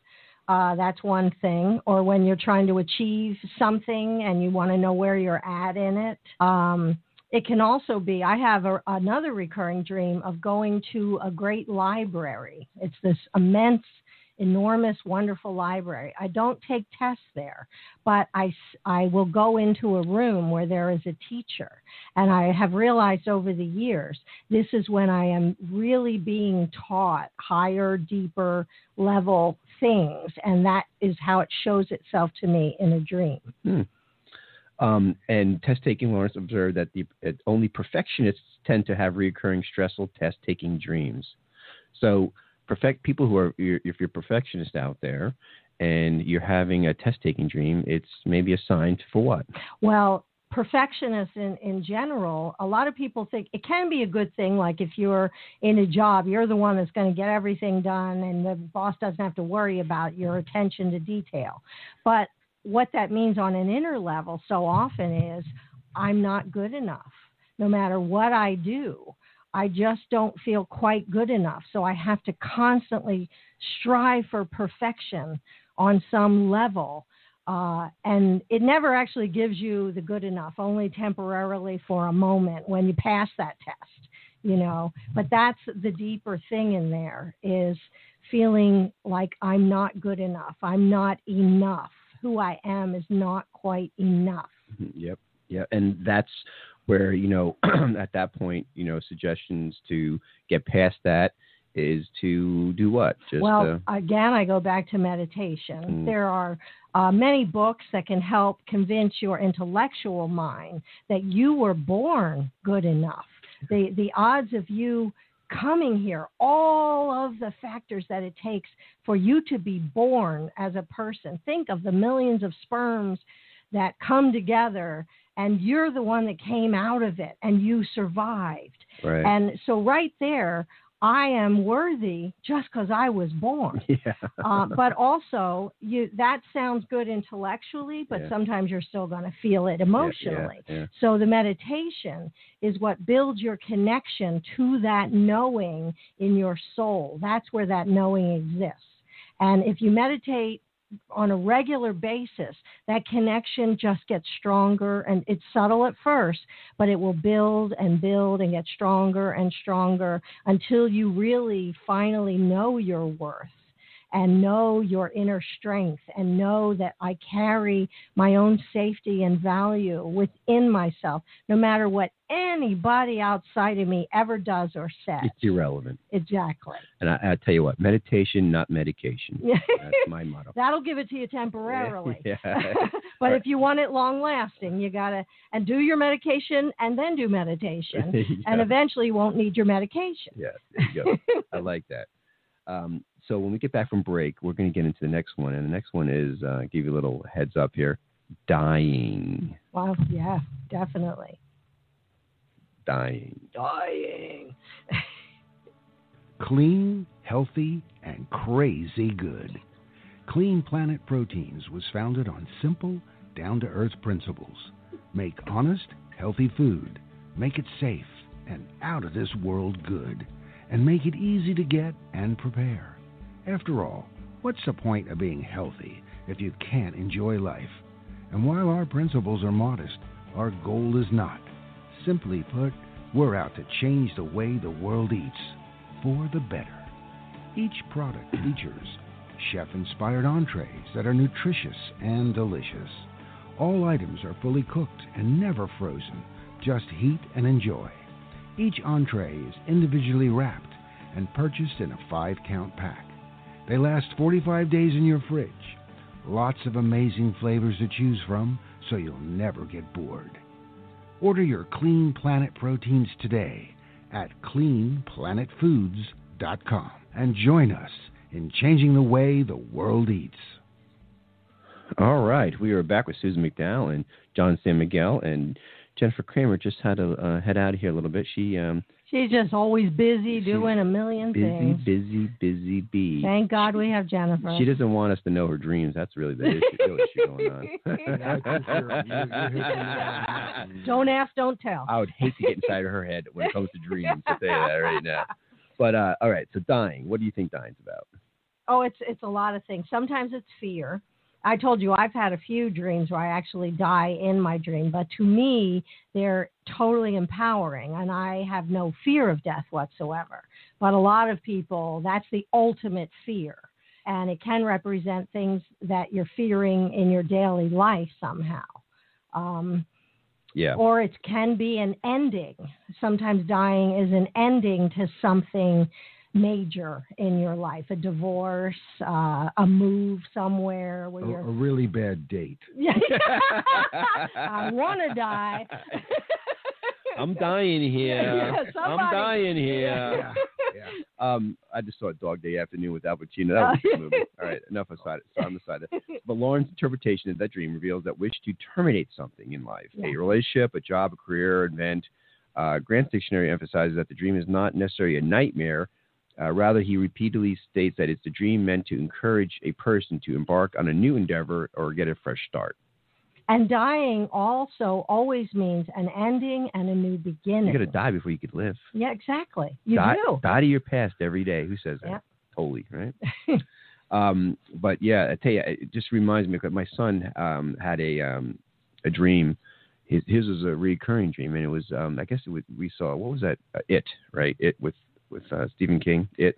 S5: uh, that's one thing. Or when you're trying to achieve something and you want to know where you're at in it. Um, it can also be. I have a, another recurring dream of going to a great library. It's this immense. Enormous, wonderful library. I don't take tests there, but I, s- I will go into a room where there is a teacher. And I have realized over the years this is when I am really being taught higher, deeper level things. And that is how it shows itself to me in a dream.
S3: Um, and test taking Lawrence observed that the that only perfectionists tend to have recurring stressful test taking dreams. So perfect people who are you're- if you're perfectionist out there and you're having a test taking dream, it's maybe a sign for what?
S5: Well, perfectionists in, in general, a lot of people think it can be a good thing. Like if you're in a job, you're the one that's going to get everything done, and the boss doesn't have to worry about your attention to detail. But what that means on an inner level so often is I'm not good enough. No matter what I do, I just don't feel quite good enough. So I have to constantly strive for perfection on some level uh, and it never actually gives you the good enough, only temporarily for a moment when you pass that test, you know. But that's the deeper thing in there is feeling like I'm not good enough, I'm not enough, who I am is not quite enough.
S3: Mm-hmm. Yep. Yeah. And that's where, you know, (clears throat) at that point, you know, suggestions to get past that is to do what? Just
S5: well,
S3: uh,
S5: again, I go back to meditation.
S3: Mm.
S5: There are uh, many books that can help convince your intellectual mind that you were born good enough. The the odds of you coming here, all of the factors that it takes for you to be born as a person. Think of the millions of sperms that come together, and you're the one that came out of it, and you survived.
S3: right.
S5: And so, right there, I am worthy just because I was born.
S3: (laughs) yeah.
S5: Uh,
S3: (laughs)
S5: but also, you that sounds good intellectually, but
S3: Yeah.
S5: sometimes you're still going to feel
S3: Yeah,
S5: it
S3: yeah,
S5: emotionally.
S3: yeah.
S5: So, the meditation is what builds your connection to that knowing in your soul. That's where that knowing exists. And if you meditate on a regular basis, that connection just gets stronger and it's subtle at first, but it will build and build and get stronger and stronger until you really finally know your worth and know your inner strength and know that I carry my own safety and value within myself, no matter what anybody outside of me ever does or says.
S3: It's irrelevant.
S5: Exactly.
S3: And I, I tell you what, meditation, not medication. That's my
S5: (laughs)
S3: motto.
S5: That'll give it to you temporarily.
S3: (laughs) Yeah.
S5: (laughs) but if you want it long lasting, you gotta and do your medication and then
S3: (laughs)
S5: do meditation, and
S3: Yeah.
S5: eventually you won't need your medication.
S3: Yeah, there you go. I like that. Um, so when we get back from break, we're going to get into the next one, and the next one is uh, give you a little heads up here: dying,
S5: Wow, yeah, definitely.
S3: dying.
S5: Dying.
S2: Clean, healthy, and crazy good. Clean Planet Proteins was founded on simple, down to earth principles. Make honest, healthy food. Make it safe and out of this world good. And make it easy to get and prepare. After all, what's the point of being healthy if you can't enjoy life? And while our principles are modest, our goal is not. Simply put, we're out to change the way the world eats for the better. Each product features chef inspired entrees that are nutritious and delicious. All items are fully cooked and never frozen, just heat and enjoy. Each entree is individually wrapped and purchased in a five count pack. They last 45 days in your fridge. Lots of amazing flavors to choose from, so you'll never get bored. Order your Clean Planet proteins today at cleanplanetfoods.com and join us in changing the way the world eats.
S3: All right, we are back with Susan McDowell and John San Miguel, and Jennifer Kramer just had to uh, head out of here a little bit. She um,
S5: She's just always busy
S3: She's
S5: doing a million
S3: busy,
S5: things.
S3: busy, busy bee.
S5: Thank God we have Jennifer.
S3: She doesn't want us to know her dreams. That's really the issue, real issue going on.
S5: (laughs)
S2: Yeah, I think you're- you're- you're-
S5: (laughs) don't ask, don't tell.
S3: I would hate to get inside of her head when it comes to dreams. I'll tell you that right now. But uh, all right, so dying. What do you think dying's about?
S5: Oh, it's it's a lot of things. Sometimes it's fear. I told you I've had a few dreams where I actually die in my dream, but to me they're totally empowering and I have no fear of death whatsoever. But a lot of people, that's the ultimate fear. And it can represent things that you're fearing in your daily life somehow. Um,
S3: Yeah.
S5: or it can be an ending. Sometimes dying is an ending to something major in your life a divorce, uh, a move somewhere
S2: A,
S3: Oh,
S5: where
S2: a
S5: you're.
S2: really bad date.
S5: (laughs) Yeah. (laughs) I want to die. (laughs)
S3: I'm dying here.
S5: Yeah,
S3: I'm
S5: somebody-
S3: dying
S5: (laughs)
S3: here.
S2: yeah.
S3: Um, I just saw Dog Day Afternoon with Al Pacino. That was a good movie. All right, enough aside. So I'm aside. But Lauren's interpretation of that dream reveals that wish to terminate something in life, a
S5: Yeah.
S3: relationship, a job, a career, event. Uh, Grant's dictionary emphasizes that the dream is not necessarily a nightmare. Uh, rather, he repeatedly states that it's a dream meant to encourage a person to embark on a new endeavor or get a fresh start.
S5: And dying also always means an ending and a new
S3: You
S5: beginning.
S3: got to die before you could live.
S5: yeah, exactly. You
S3: die,
S5: do.
S3: die to your past every day. Who says that?
S5: Yep.
S3: Totally,
S5: (laughs)
S3: right? um, but yeah, I tell you, it just reminds me. 'cause My son um, had a um, a dream. His, his was a recurring dream, and it was um, I guess it was, we saw what was that? Uh, it right? It with with uh, Stephen King. It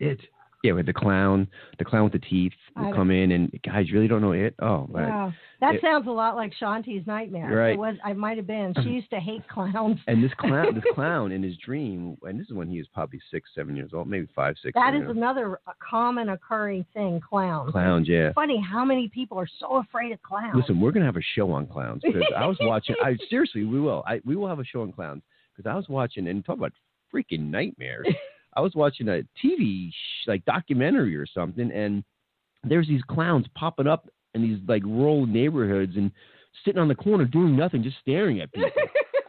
S2: It.
S3: yeah, with the clown, the clown with the teeth
S5: I
S3: will
S5: don't-
S3: come in, and guys you really don't know it. Oh, but-
S5: Wow. That
S3: It-
S5: sounds a lot like Shanti's nightmare.
S3: Right.
S5: It was I might have been.
S3: (clears throat)
S5: She used to hate clowns.
S3: And this clown,
S5: (laughs)
S3: this clown in his dream, and this is when he was probably six, seven years old, maybe five, six.
S5: That
S3: seven
S5: is
S3: years old.
S5: another uh, common occurring thing, clowns.
S3: clowns, yeah.
S5: Funny how many people are so afraid of clowns.
S3: Listen, we're gonna have a show on clowns because I was watching.
S5: (laughs)
S3: I seriously, we will. I we will have a show on clowns because I was watching and talk about freaking
S5: (laughs)
S3: nightmares. I was watching a TV sh- like documentary or something, and there's these clowns popping up in these like rural neighborhoods and sitting on the corner doing nothing, just staring at people.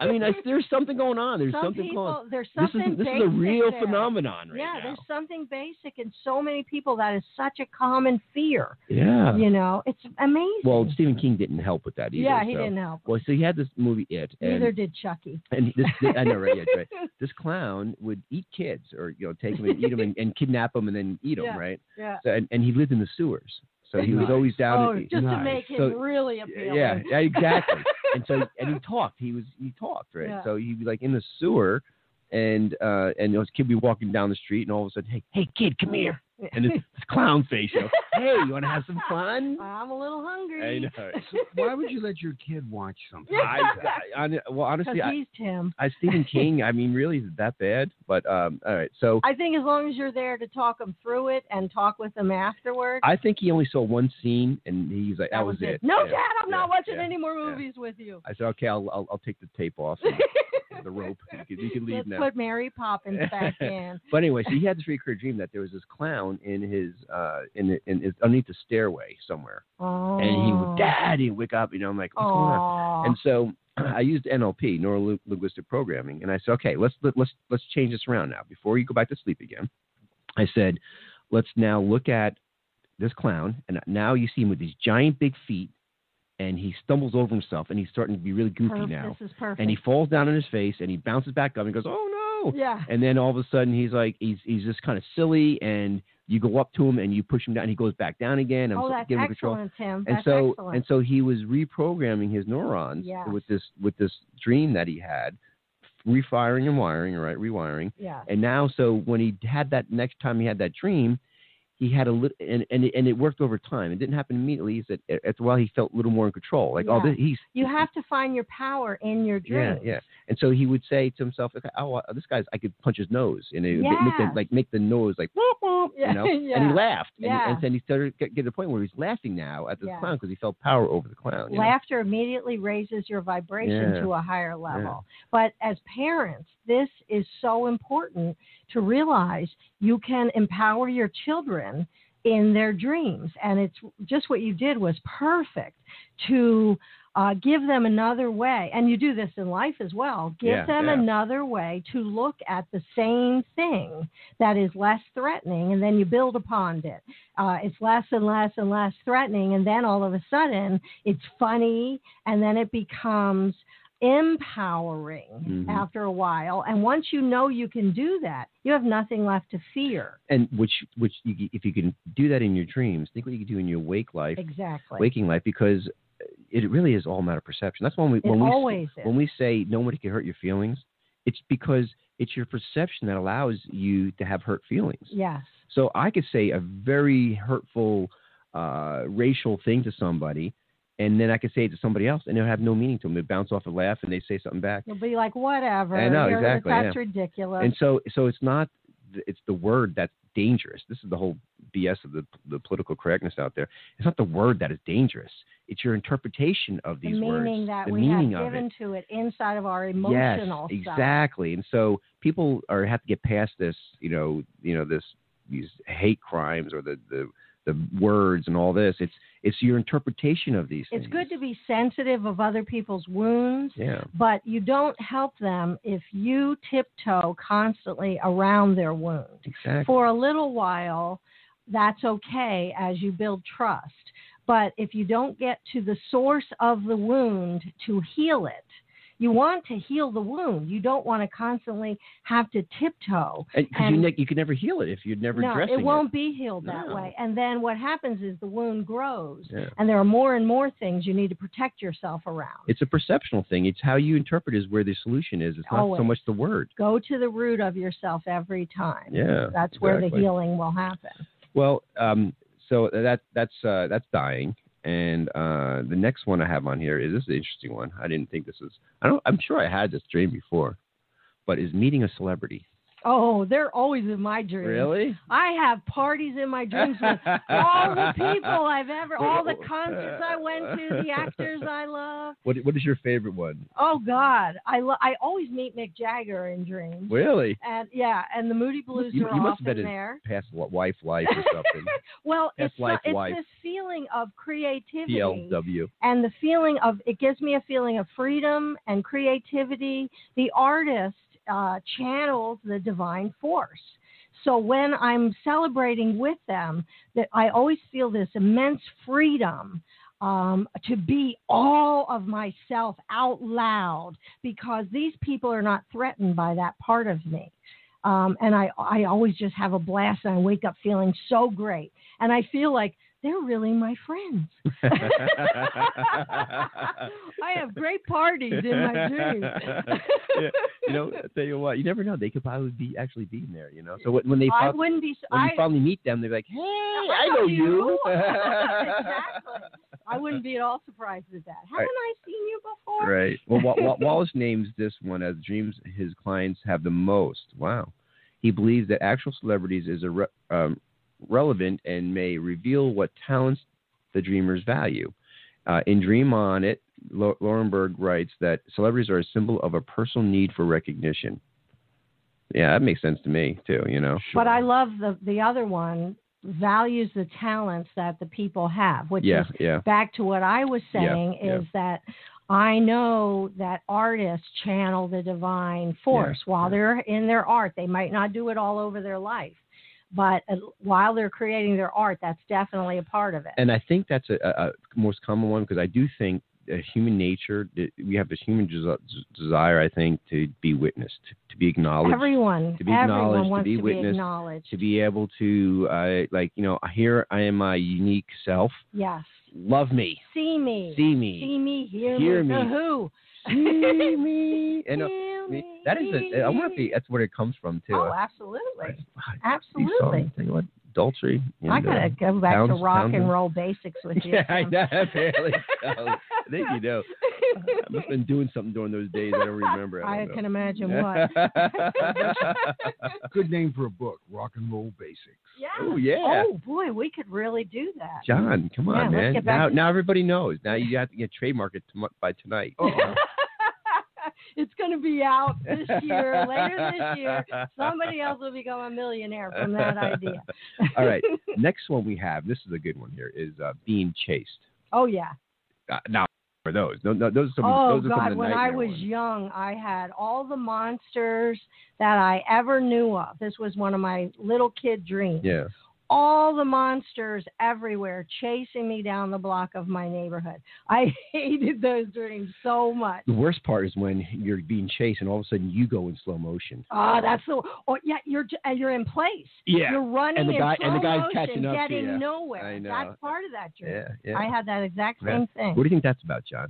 S3: I mean, I, there's something going on. There's
S5: Some
S3: something
S5: people,
S3: going. on.
S5: there's
S3: This
S5: something
S3: is this is
S5: basic
S3: a real
S5: there.
S3: phenomenon right
S5: yeah,
S3: now.
S5: there's something basic in so many people that is such a common fear.
S3: Yeah.
S5: You know, it's amazing.
S3: Well, Stephen King didn't help with that either.
S5: yeah, he
S3: so-
S5: didn't help.
S3: Well, so he had this movie It. And
S5: Neither did Chucky.
S3: And this, I know, right? Yeah, that's
S5: (laughs)
S3: right. This clown would eat kids, or you know, take them and eat them, and, and kidnap them, and then eat them,
S5: Yeah.
S3: right?
S5: Yeah.
S3: So, and, and he lived in the sewers, so he was
S2: Nice.
S3: always down.
S5: oh,
S3: in-
S5: just to
S2: nice.
S5: make him
S3: So-
S5: really appealing.
S3: yeah, yeah,
S5: (laughs)
S3: exactly. and so, and he talked. He was he talked, right?
S5: Yeah.
S3: So he'd be like in the sewer, and uh, and this kid would be walking down the street, and all of a sudden, hey, hey, kid, come here, and
S5: (laughs)
S3: this, this clown face. You know, hey, you want to have some fun?
S5: I'm a little
S3: I
S5: (laughs) hungry.
S3: know.
S2: Why would you let your kid watch something?
S3: I, I, I, well,
S5: Because
S3: honestly, I,
S5: he's Tim.
S3: I Stephen King. I mean, really, is it that bad? But um, all right. So
S5: I think as long as you're there to talk him through it and talk with him afterwards,
S3: I think he only saw one scene, and he's like, "That, was it."
S5: No,
S3: Yeah.
S5: Dad, I'm not
S3: yeah,
S5: watching
S3: yeah,
S5: any more
S3: yeah.
S5: movies with you.
S3: I said, "Okay, I'll I'll, I'll take the tape off, and (laughs) the rope. You can, you can leave
S5: Let's
S3: now."
S5: put Mary Poppins
S3: (laughs)
S5: back in.
S3: But anyway, so he had this recurrent dream that there was this clown in his uh in the- in his, underneath the stairway somewhere,
S5: Oh.
S3: and he would daddy wake up. You know, I'm like, "What's going on?"
S5: Aw.
S3: And so (clears throat) I used NLP, neuro linguistic programming, and I said, okay, let's let, let's let's change this around now. Before you go back to sleep again, I said, let's now look at this clown, and now you see him with these giant big feet, and he stumbles over himself, and he's starting to be really goofy
S5: Perf-
S3: now,
S5: This is perfect.
S3: and he falls down on his face, and he bounces back up, and goes, oh no,
S5: yeah.
S3: and then all of a sudden he's like he's he's just kind of silly, and you go up to him and you push him down, and he goes back down again, and
S5: oh, that's
S3: give him control
S5: excellent, Tim.
S3: and
S5: That's
S3: so
S5: excellent.
S3: and so he was reprogramming his neurons
S5: Yes.
S3: with this with this dream that he had refiring and wiring right rewiring
S5: yeah.
S3: and now so when he had that next time he had that dream he had a little and, and it- and it worked over time it didn't happen immediately he said after a while he felt a little more in control like oh
S5: Yeah.
S3: this, he's
S5: You have to find your power in your
S3: yeah,
S5: dreams.
S3: yeah, and so he would say to himself, okay, "Oh, uh, this guy's I could punch his nose, and it would make the,
S5: Yes.
S3: like make the nose like whoop
S5: (laughs)
S3: whoop,
S5: Yeah,
S3: you know." And
S5: yeah.
S3: he laughed, and,
S5: Yeah.
S3: and then he started get, get to the point where he's laughing now at the
S5: Yeah.
S3: clown because he felt power over the clown. you know?
S5: Laughter immediately raises your vibration
S3: Yeah.
S5: to a higher level. But as parents, this is so important to realize you can empower your children in their dreams. And it's just what you did was perfect to uh, give them another way. And you do this in life as well. Give
S3: Yeah,
S5: them
S3: yeah.
S5: another way to look at the same thing that is less threatening, and then you build upon it. Uh, it's less and less and less threatening, and then all of a sudden it's funny, and then it becomes empowering
S3: Mhm.
S5: after a while. And once you know you can do that, you have nothing left to fear.
S3: and which which you, if you can do that in your dreams, think what you can do in your wake life,
S5: Exactly.
S3: waking life, because it really is all a matter of perception. That's when we
S5: it
S3: when we
S5: always is.
S3: when we say nobody can hurt your feelings, it's because it's your perception that allows you to have hurt feelings.
S5: yes.
S3: So I could say a very hurtful uh, racial thing to somebody, and then I could say it to somebody else, and they'll have no meaning to them. They bounce off and laugh, and they say something back.
S5: You'll be like, whatever.
S3: I know,
S5: You're-
S3: exactly,
S5: That's
S3: yeah.
S5: ridiculous.
S3: And so, so it's not. It's the word that's dangerous. This is the whole BS of the the political correctness out there. It's not the word that is dangerous. It's your interpretation of
S5: the
S3: these
S5: meaning
S3: words.
S5: that
S3: the
S5: we
S3: meaning
S5: have
S3: of
S5: given
S3: it.
S5: to it inside of our
S3: Yes,
S5: emotional stuff.
S3: exactly. And so people are have to get past this. You know, you know this these hate crimes or the the the words and all this. It's it's your interpretation of these
S5: It's
S3: things.
S5: good to be sensitive of other people's wounds,
S3: Yeah.
S5: but you don't help them if you tiptoe constantly around their wound.
S3: Exactly.
S5: For a little while, that's okay as you build trust. But if you don't get to the source of the wound to heal it, you want to heal the wound. You don't want to constantly have to tiptoe
S3: and, 'cause you,
S5: and-
S3: ne- you can never heal it if you're never
S5: no,
S3: dressing
S5: it won't be healed that
S3: No.
S5: way. And then what happens is the wound grows,
S3: Yeah.
S5: and there are more and more things you need to protect yourself around.
S3: It's a perceptional thing. It's how you interpret is where the solution is. It's not
S5: Always.
S3: so much the word.
S5: Go to the root of yourself every time.
S3: Yeah,
S5: that's where the
S3: exactly.
S5: healing will happen.
S3: Well, um, so that that's uh, that's dying. And uh, the next one I have on here is this is an interesting one. I didn't think this was. I don't. I'm sure I had this dream before, but is meeting a celebrity.
S5: Oh, they're always in my dreams. I have parties in my dreams
S3: (laughs)
S5: with all the people I've ever, all the concerts I went
S3: (laughs)
S5: to, the actors I love.
S3: What What is your favorite one?
S5: Oh God, I lo- I always meet Mick Jagger in dreams.
S3: Really?
S5: And yeah, and the Moody Blues
S3: You-
S5: are
S3: you must have
S5: often
S3: been in-
S5: there.
S3: Past li- wife life or
S5: (laughs)
S3: something.
S5: Well,
S3: That's
S5: it's, not-
S3: life,
S5: it's
S3: wife.
S5: this feeling of
S3: (laughs)
S5: creativity (laughs)
S3: PLW.
S5: and the feeling of it gives me a feeling of freedom and creativity. The artist uh, channels the divine force. So when I'm celebrating with them, that I always feel this immense freedom um, to be all of myself out loud because these people are not threatened by that part of me. Um, and I, I always just have a blast and I wake up feeling so great. And I feel like they're really my friends. I have great parties in my dreams.
S3: (laughs) Yeah, you know, I tell you what, you never know. They could probably be actually be in there. You know, so when, when they
S5: I
S3: pop-
S5: wouldn't be.
S3: when you
S5: I,
S3: finally meet them, they're like, "Hey, I
S5: I
S3: know
S5: know
S3: you."
S5: you.
S3: (laughs)
S5: (laughs) Exactly. I wouldn't be at all surprised at that. Haven't
S3: uh, Right.
S5: I seen you before?
S3: Right. Well, Wa- Wa- Wallace names this one as dreams his clients have the most. Wow. He believes that actual celebrities is a re- um, relevant and may reveal what talents the dreamers value. Uh, in Dream On It, Lo- Lorenberg writes that celebrities are a symbol of a personal need for recognition. Yeah, that makes sense to me too. You know.
S5: But I love the the other one values the talents that the people have, which
S3: Yeah,
S5: is
S3: yeah,
S5: back to what I was
S3: Yeah,
S5: saying
S3: yeah.
S5: is that I know that artists channel the divine force while
S3: yeah.
S5: they're in their art. They might not do it all over their life, but uh, while they're creating their art, that's definitely a part of it.
S3: and I think that's a, a, a most common one because I do think uh, human nature that we have this human desi- desire, I think, to be witnessed, to be acknowledged.
S5: everyone,
S3: to be acknowledged,
S5: everyone
S3: to
S5: wants
S3: be
S5: to be
S3: witnessed,
S5: acknowledged.
S3: to be able to, uh, like, you know, here I am, my unique self.
S5: Yes.
S3: Love me,
S5: See me.
S3: see me,
S5: See me, hear,
S3: Hear
S5: me.
S3: me.
S5: The who?
S3: see
S5: (laughs)
S3: me. And uh,
S5: Hear
S3: I
S5: me.
S3: mean, that is a, I wonder if the, that's where it comes from too.
S5: Oh,
S3: I- I-
S5: absolutely.
S3: these songs,
S5: Absolutely.
S3: tell you what, Adultery. And,
S5: I gotta
S3: (laughs) uh,
S5: go back
S3: Towns-
S5: to rock
S3: Townsend.
S5: and roll basics with
S3: (laughs)
S5: you.
S3: yeah, I
S5: Tim.
S3: know.
S5: (laughs)
S3: Apparently, so. I think you know. I must have been doing something during those days. I don't remember. I,
S5: I
S3: don't know.
S5: can imagine
S3: (laughs)
S5: what.
S2: Good name for a book, Rock and Roll Basics.
S5: Yeah.
S3: oh yeah.
S5: Oh boy, we could really do that.
S3: (laughs) John, come
S5: Yeah,
S3: on,
S5: let's
S3: man.
S5: get back
S3: Now,
S5: to-
S3: now everybody knows. Now you have to get trademarked tom- by tonight.
S5: Oh. it's going to be out this year, later
S3: (laughs)
S5: this year. Somebody else will become a millionaire from that idea.
S3: All right. Next one we have. This is a good one. Here is uh, being chased.
S5: oh yeah.
S3: Uh, now for those, no, no, those are some.
S5: oh
S3: those are some
S5: God,
S3: of the
S5: when I
S3: nightmare
S5: was
S3: ones.
S5: young, I had all the monsters that I ever knew of. This was one of my little kid dreams.
S3: Yeah.
S5: all the monsters everywhere chasing me down the block of my neighborhood. I (laughs) hated those dreams so much.
S3: The worst part is when you're being chased and all of a sudden you go in slow motion.
S5: Oh, that's the oh yeah, you're j- and you're in place.
S3: Yeah.
S5: You're running
S3: And the
S5: in
S3: guy-
S5: slow
S3: and the guy's
S5: motion,
S3: catching up to
S5: getting
S3: you.
S5: nowhere.
S3: I know.
S5: That's part of that dream.
S3: Yeah. Yeah.
S5: I had that exact
S3: Yeah.
S5: same thing.
S3: What do you think that's about,
S5: (laughs)
S3: John?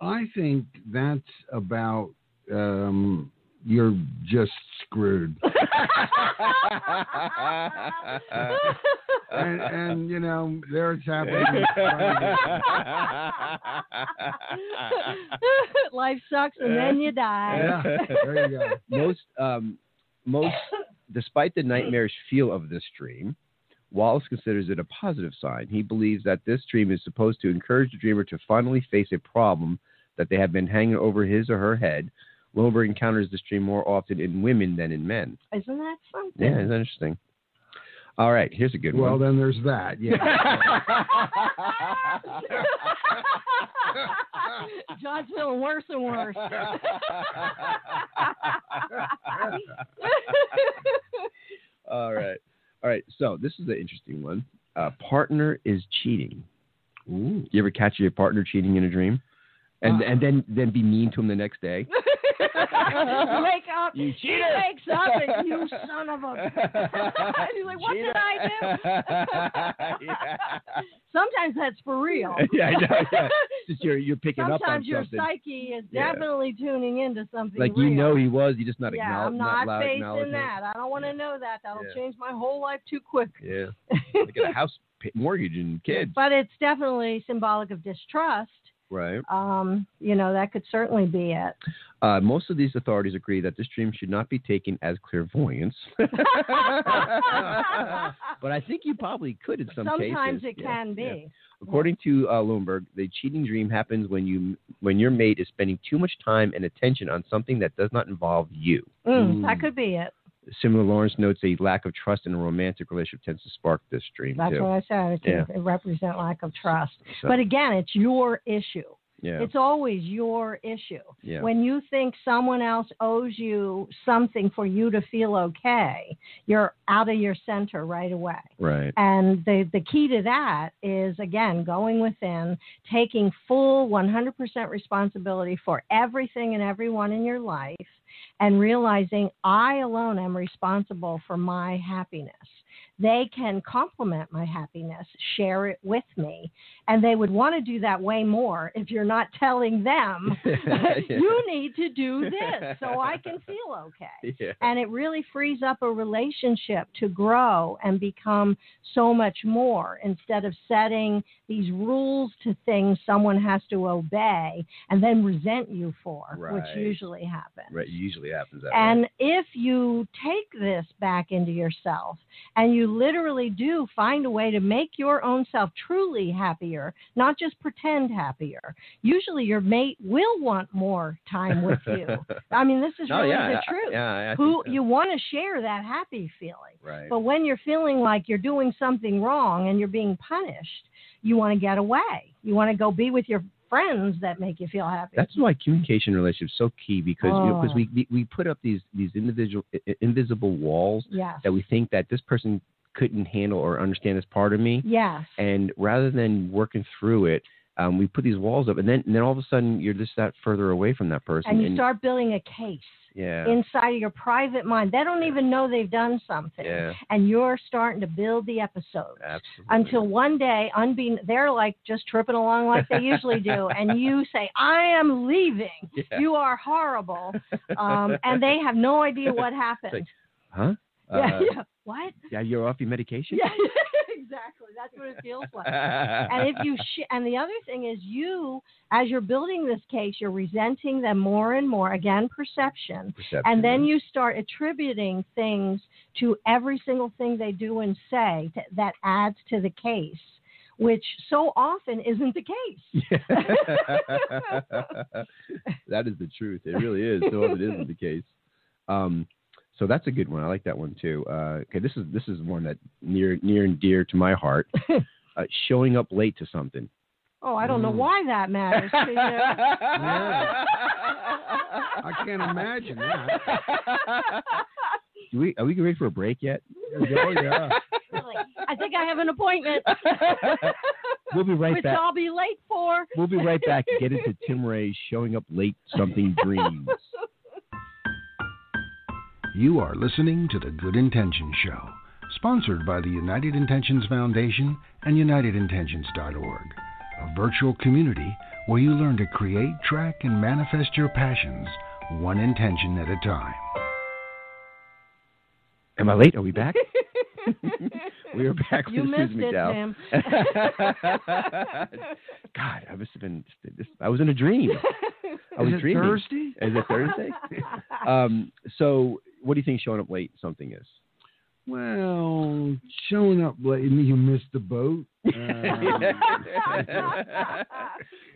S2: I think that's about um, you're just screwed.
S5: (laughs)
S3: (laughs)
S2: and, and you know, there it's happening.
S5: (laughs) Life sucks and then you die.
S2: yeah, there you go.
S3: (laughs) most um, most despite the nightmarish feel of this dream wallace considers it a positive sign he believes that this dream is supposed to encourage the dreamer to finally face a problem that they have been hanging over his or her head Lober encounters this dream more often in women than in men.
S5: Isn't that
S3: (laughs)
S5: something?
S3: Yeah, it's interesting. All right, here's a good
S2: Well,
S3: one.
S2: then there's that.
S3: (laughs)
S2: Yeah.
S5: (laughs) John's feeling worse and
S3: (laughs)
S5: worse.
S3: All right. All right. So this is an interesting one. Uh, partner is cheating.
S2: Ooh.
S3: You ever catch your partner cheating in a dream? And
S5: Uh-huh.
S2: Uh-uh.
S3: and then then be mean to him the next day.
S5: wake up.
S3: You
S5: He
S3: cheater.
S5: wakes up and you son of
S3: (laughs)
S5: a. He's like, what did I do?
S3: do?
S5: Sometimes that's for real.
S3: (laughs) yeah, I know,
S5: (laughs)
S3: yeah. Just you're you're picking up on
S5: Sometimes your
S3: something.
S5: psyche is
S3: Yeah.
S5: definitely tuning into something.
S3: Like
S5: real.
S3: you know he was, you just not
S5: yeah,
S3: acknowledge,
S5: I'm not,
S3: loud acknowledging
S5: facing
S3: it.
S5: that. I don't want to
S3: Yeah.
S5: know that. That'll
S3: Yeah.
S5: change my whole life too quick. (laughs)
S3: Yeah. I got a house p- mortgage and kids.
S5: But it's definitely symbolic of distrust.
S3: Right.
S5: Um, you know, that could certainly be it.
S3: (laughs)
S5: (laughs)
S3: Uh, most of these authorities agree that this dream should not be taken as
S5: (laughs)
S3: clairvoyance. (laughs) but I think you probably could in some
S5: Sometimes
S3: cases.
S5: it
S3: Yeah,
S5: can
S3: yeah.
S5: be.
S3: According to uh, Bloomberg, the cheating dream happens when you when your mate is spending too much time and attention on something that does not involve you.
S5: Mm,
S2: Mm.
S5: That could be it.
S3: Similar, Lawrence notes a lack of trust in a romantic relationship tends to spark this dream
S5: That's
S3: too.
S5: what I said. It
S3: Yeah.
S5: can represent lack of trust.
S3: So,
S5: But again, it's your issue.
S3: yeah,
S5: It's always your issue.
S3: yeah,
S5: When you think someone else owes you something for you to feel okay, you're out of your center right away.
S3: right.
S5: (laughs) And the, the key to that is, again, going within, taking full 100% responsibility for everything and everyone in your life, and realizing I alone am responsible for my happiness. they can complement my happiness, share it with me. And they would want to do that way more if you're not telling
S3: (laughs)
S5: them, you need to do this so I can feel okay.
S3: Yeah.
S5: And it really frees up a relationship to grow and become so much more instead of setting these rules to things someone has to obey and then resent you for,
S3: Right.
S5: which usually happens.
S3: Right. Usually happens that way.
S5: And if you take this back into yourself and you literally do find a way to make your own self truly happier, not just pretend happier, usually your mate will want more time with
S3: (laughs)
S5: you. I mean, this is
S3: No,
S5: really
S3: Oh, yeah,
S5: the
S3: I-
S5: truth.
S3: yeah, I
S5: Who
S3: think so.
S5: you want to share that happy feeling.
S3: Right.
S5: But when you're feeling like you're doing something wrong and you're being punished, you want to get away. You want to go be with your friends that make you feel happy.
S3: That's why communication in relationships is so key because you know, 'cause
S5: Oh.
S3: we, we we put up these these individual i- i- invisible walls
S5: yes.
S3: that we think that this person couldn't handle or understand this part of me,
S5: Yes.
S3: and rather than working through it, um, we put these walls up, and then and then all of a sudden you're just that further away from that person,
S5: And you start building a case.
S3: yeah,
S5: inside of your private mind. They don't even know they've done something.
S3: yeah,
S5: And you're starting to build the episode
S3: absolutely,
S5: until one day, unbeen, they're like just tripping along like they usually do. And
S3: (laughs)
S5: you say, I am leaving.
S3: Yeah.
S5: You are horrible. Um, and they have no idea what happened.
S3: huh?
S5: (laughs) yeah,
S3: Uh,
S5: yeah. What?
S3: (laughs) yeah, you're off your medication. (laughs)
S5: Yeah, (laughs) exactly. That's what it feels like and if
S3: (laughs)
S5: you sh- and the other thing is you as you're building this case you're resenting them more and more again perception,
S3: Perception,
S5: and then
S3: yeah.
S5: you start attributing things to every single thing they do and say t- that adds to the case which so often isn't the case
S3: that is the truth. It really is. No, it isn't the case. Um, so that's a good one. I like that one too. Uh, okay, this is this is one that near near and dear to my
S5: (laughs)
S3: heart. Uh, showing up late to something.
S5: oh i don't know
S2: Mm.
S5: why that matters to
S3: (laughs)
S5: you
S2: I can't imagine that.
S3: Do we are we ready for a break yet?
S2: Oh, yeah.
S5: Really. i think i have an appointment
S3: (laughs) We'll be right
S5: which
S3: back.
S5: i'll be late for
S3: We'll be right back to get into Tim Ray's showing up late something dreams.
S2: You are listening to the Good Intention Show, sponsored by the United Intentions Foundation and UnitedIntentions.org, a virtual community where you learn to create, track, and manifest your passions one intention at a time.
S3: Am I late? Are we back? (laughs) we are back with
S5: you
S3: Susan
S5: missed it
S3: McDowell.
S5: tim
S3: God, I must have been. This, I was in
S2: (laughs)
S3: a dream. I was
S2: Is it
S3: dreaming.
S2: Thursday?
S3: Is it
S2: (laughs)
S3: (laughs) Thursday? um, so, what do you think showing up late
S2: (laughs)
S3: something is?
S2: Well, showing up late, you missed the boat. Um,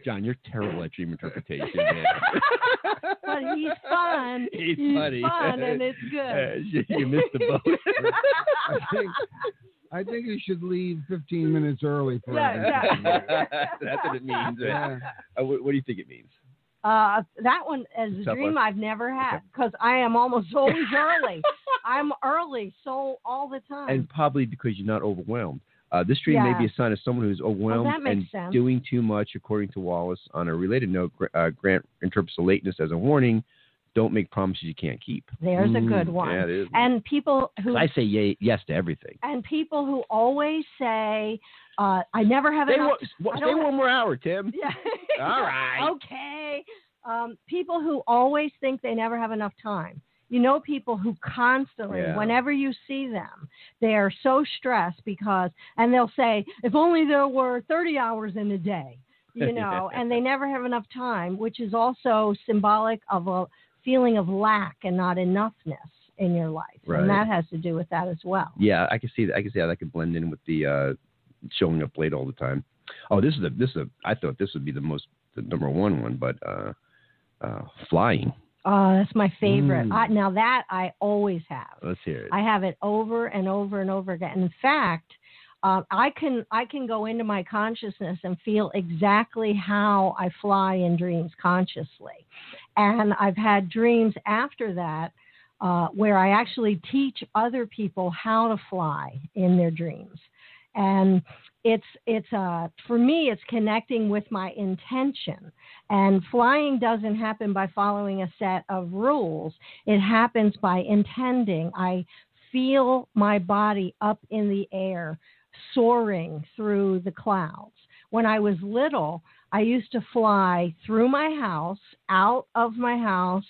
S3: John, you're terrible at
S2: (laughs)
S3: dream interpretation. man.
S5: (laughs)
S3: (laughs)
S5: but he's fun.
S3: He's funny.
S5: fun
S3: (laughs)
S5: and it's good.
S3: you, you missed
S2: (laughs)
S3: the
S5: (laughs)
S3: boat.
S2: I think I think you should leave 15 minutes early for
S5: Yeah,
S2: everything.
S3: (laughs) That's what it means. Uh, what, what do you think it means?
S5: Uh, that one is
S3: Tough
S5: a dream
S3: one.
S5: I've never had because I am
S3: (laughs)
S5: almost always early. I'm early, so all the time.
S3: and probably because you're not overwhelmed. Uh, this dream may
S5: Yeah.
S3: be a sign of someone who's overwhelmed
S5: that makes
S3: and
S5: sense.
S3: doing too much, according to Wallace. On a related note, Gr- uh, Grant interprets the lateness as a warning: don't make promises you can't keep.
S5: There's a good
S2: Mm,
S5: one.
S3: Yeah, it is.
S5: and people who
S3: I say yay, yes to everything.
S5: and people who always say, uh, "I never have
S3: Stay
S5: enough."
S3: one,
S5: I
S3: stay
S5: don't have-
S3: one more hour, Tim.
S5: (laughs) Yeah. Oh.
S3: All right.
S5: Okay. Um, people who always think they never have enough time. You know, people who constantly,
S3: Yeah.
S5: whenever you see them, they are so stressed because, and they'll say, if only there were 30 hours in a day,
S3: (laughs)
S5: you know, and they never have enough time, which is also symbolic of a feeling of lack and not enoughness in your life.
S3: Right.
S5: And that has to do with that as well.
S3: Yeah, I can see that. I can see how that could blend in with the uh, showing up late all the time. Oh, this is a this is a. I thought this would be the most the number one one, but uh, uh, flying.
S5: Oh, that's my favorite.
S3: Mm.
S5: I, now, that I always have.
S3: Let's hear it.
S5: I have it over and over and over again. In fact, um, I can I can go into my consciousness and feel exactly how I fly in dreams consciously, and I've had dreams after that uh, where I actually teach other people how to fly in their dreams, and it's it's uh, for me it's connecting with my intention, and flying doesn't happen by following a set of rules. It happens by intending. I feel my body up in the air, soaring through the clouds. When I was little, I used to fly through my house, out of my house,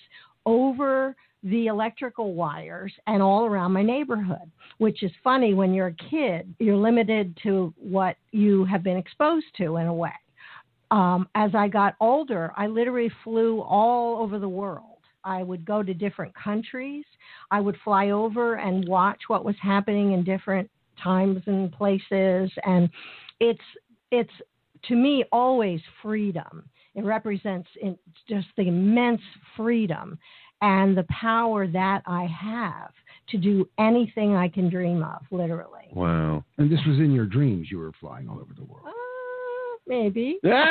S5: over the electrical wires and all around my neighborhood, which is funny when you're a kid, you're limited to what you have been exposed to in a way. Um, as I got older, I literally flew all over the world. I would go to different countries. I would fly over and watch what was happening in different times and places. And it's, it's to me always freedom. It represents in, just the immense freedom and the power that I have to do anything I can dream of, literally.
S3: Wow.
S2: And this was in your dreams. You were flying all over the world.
S5: Uh, maybe. yes.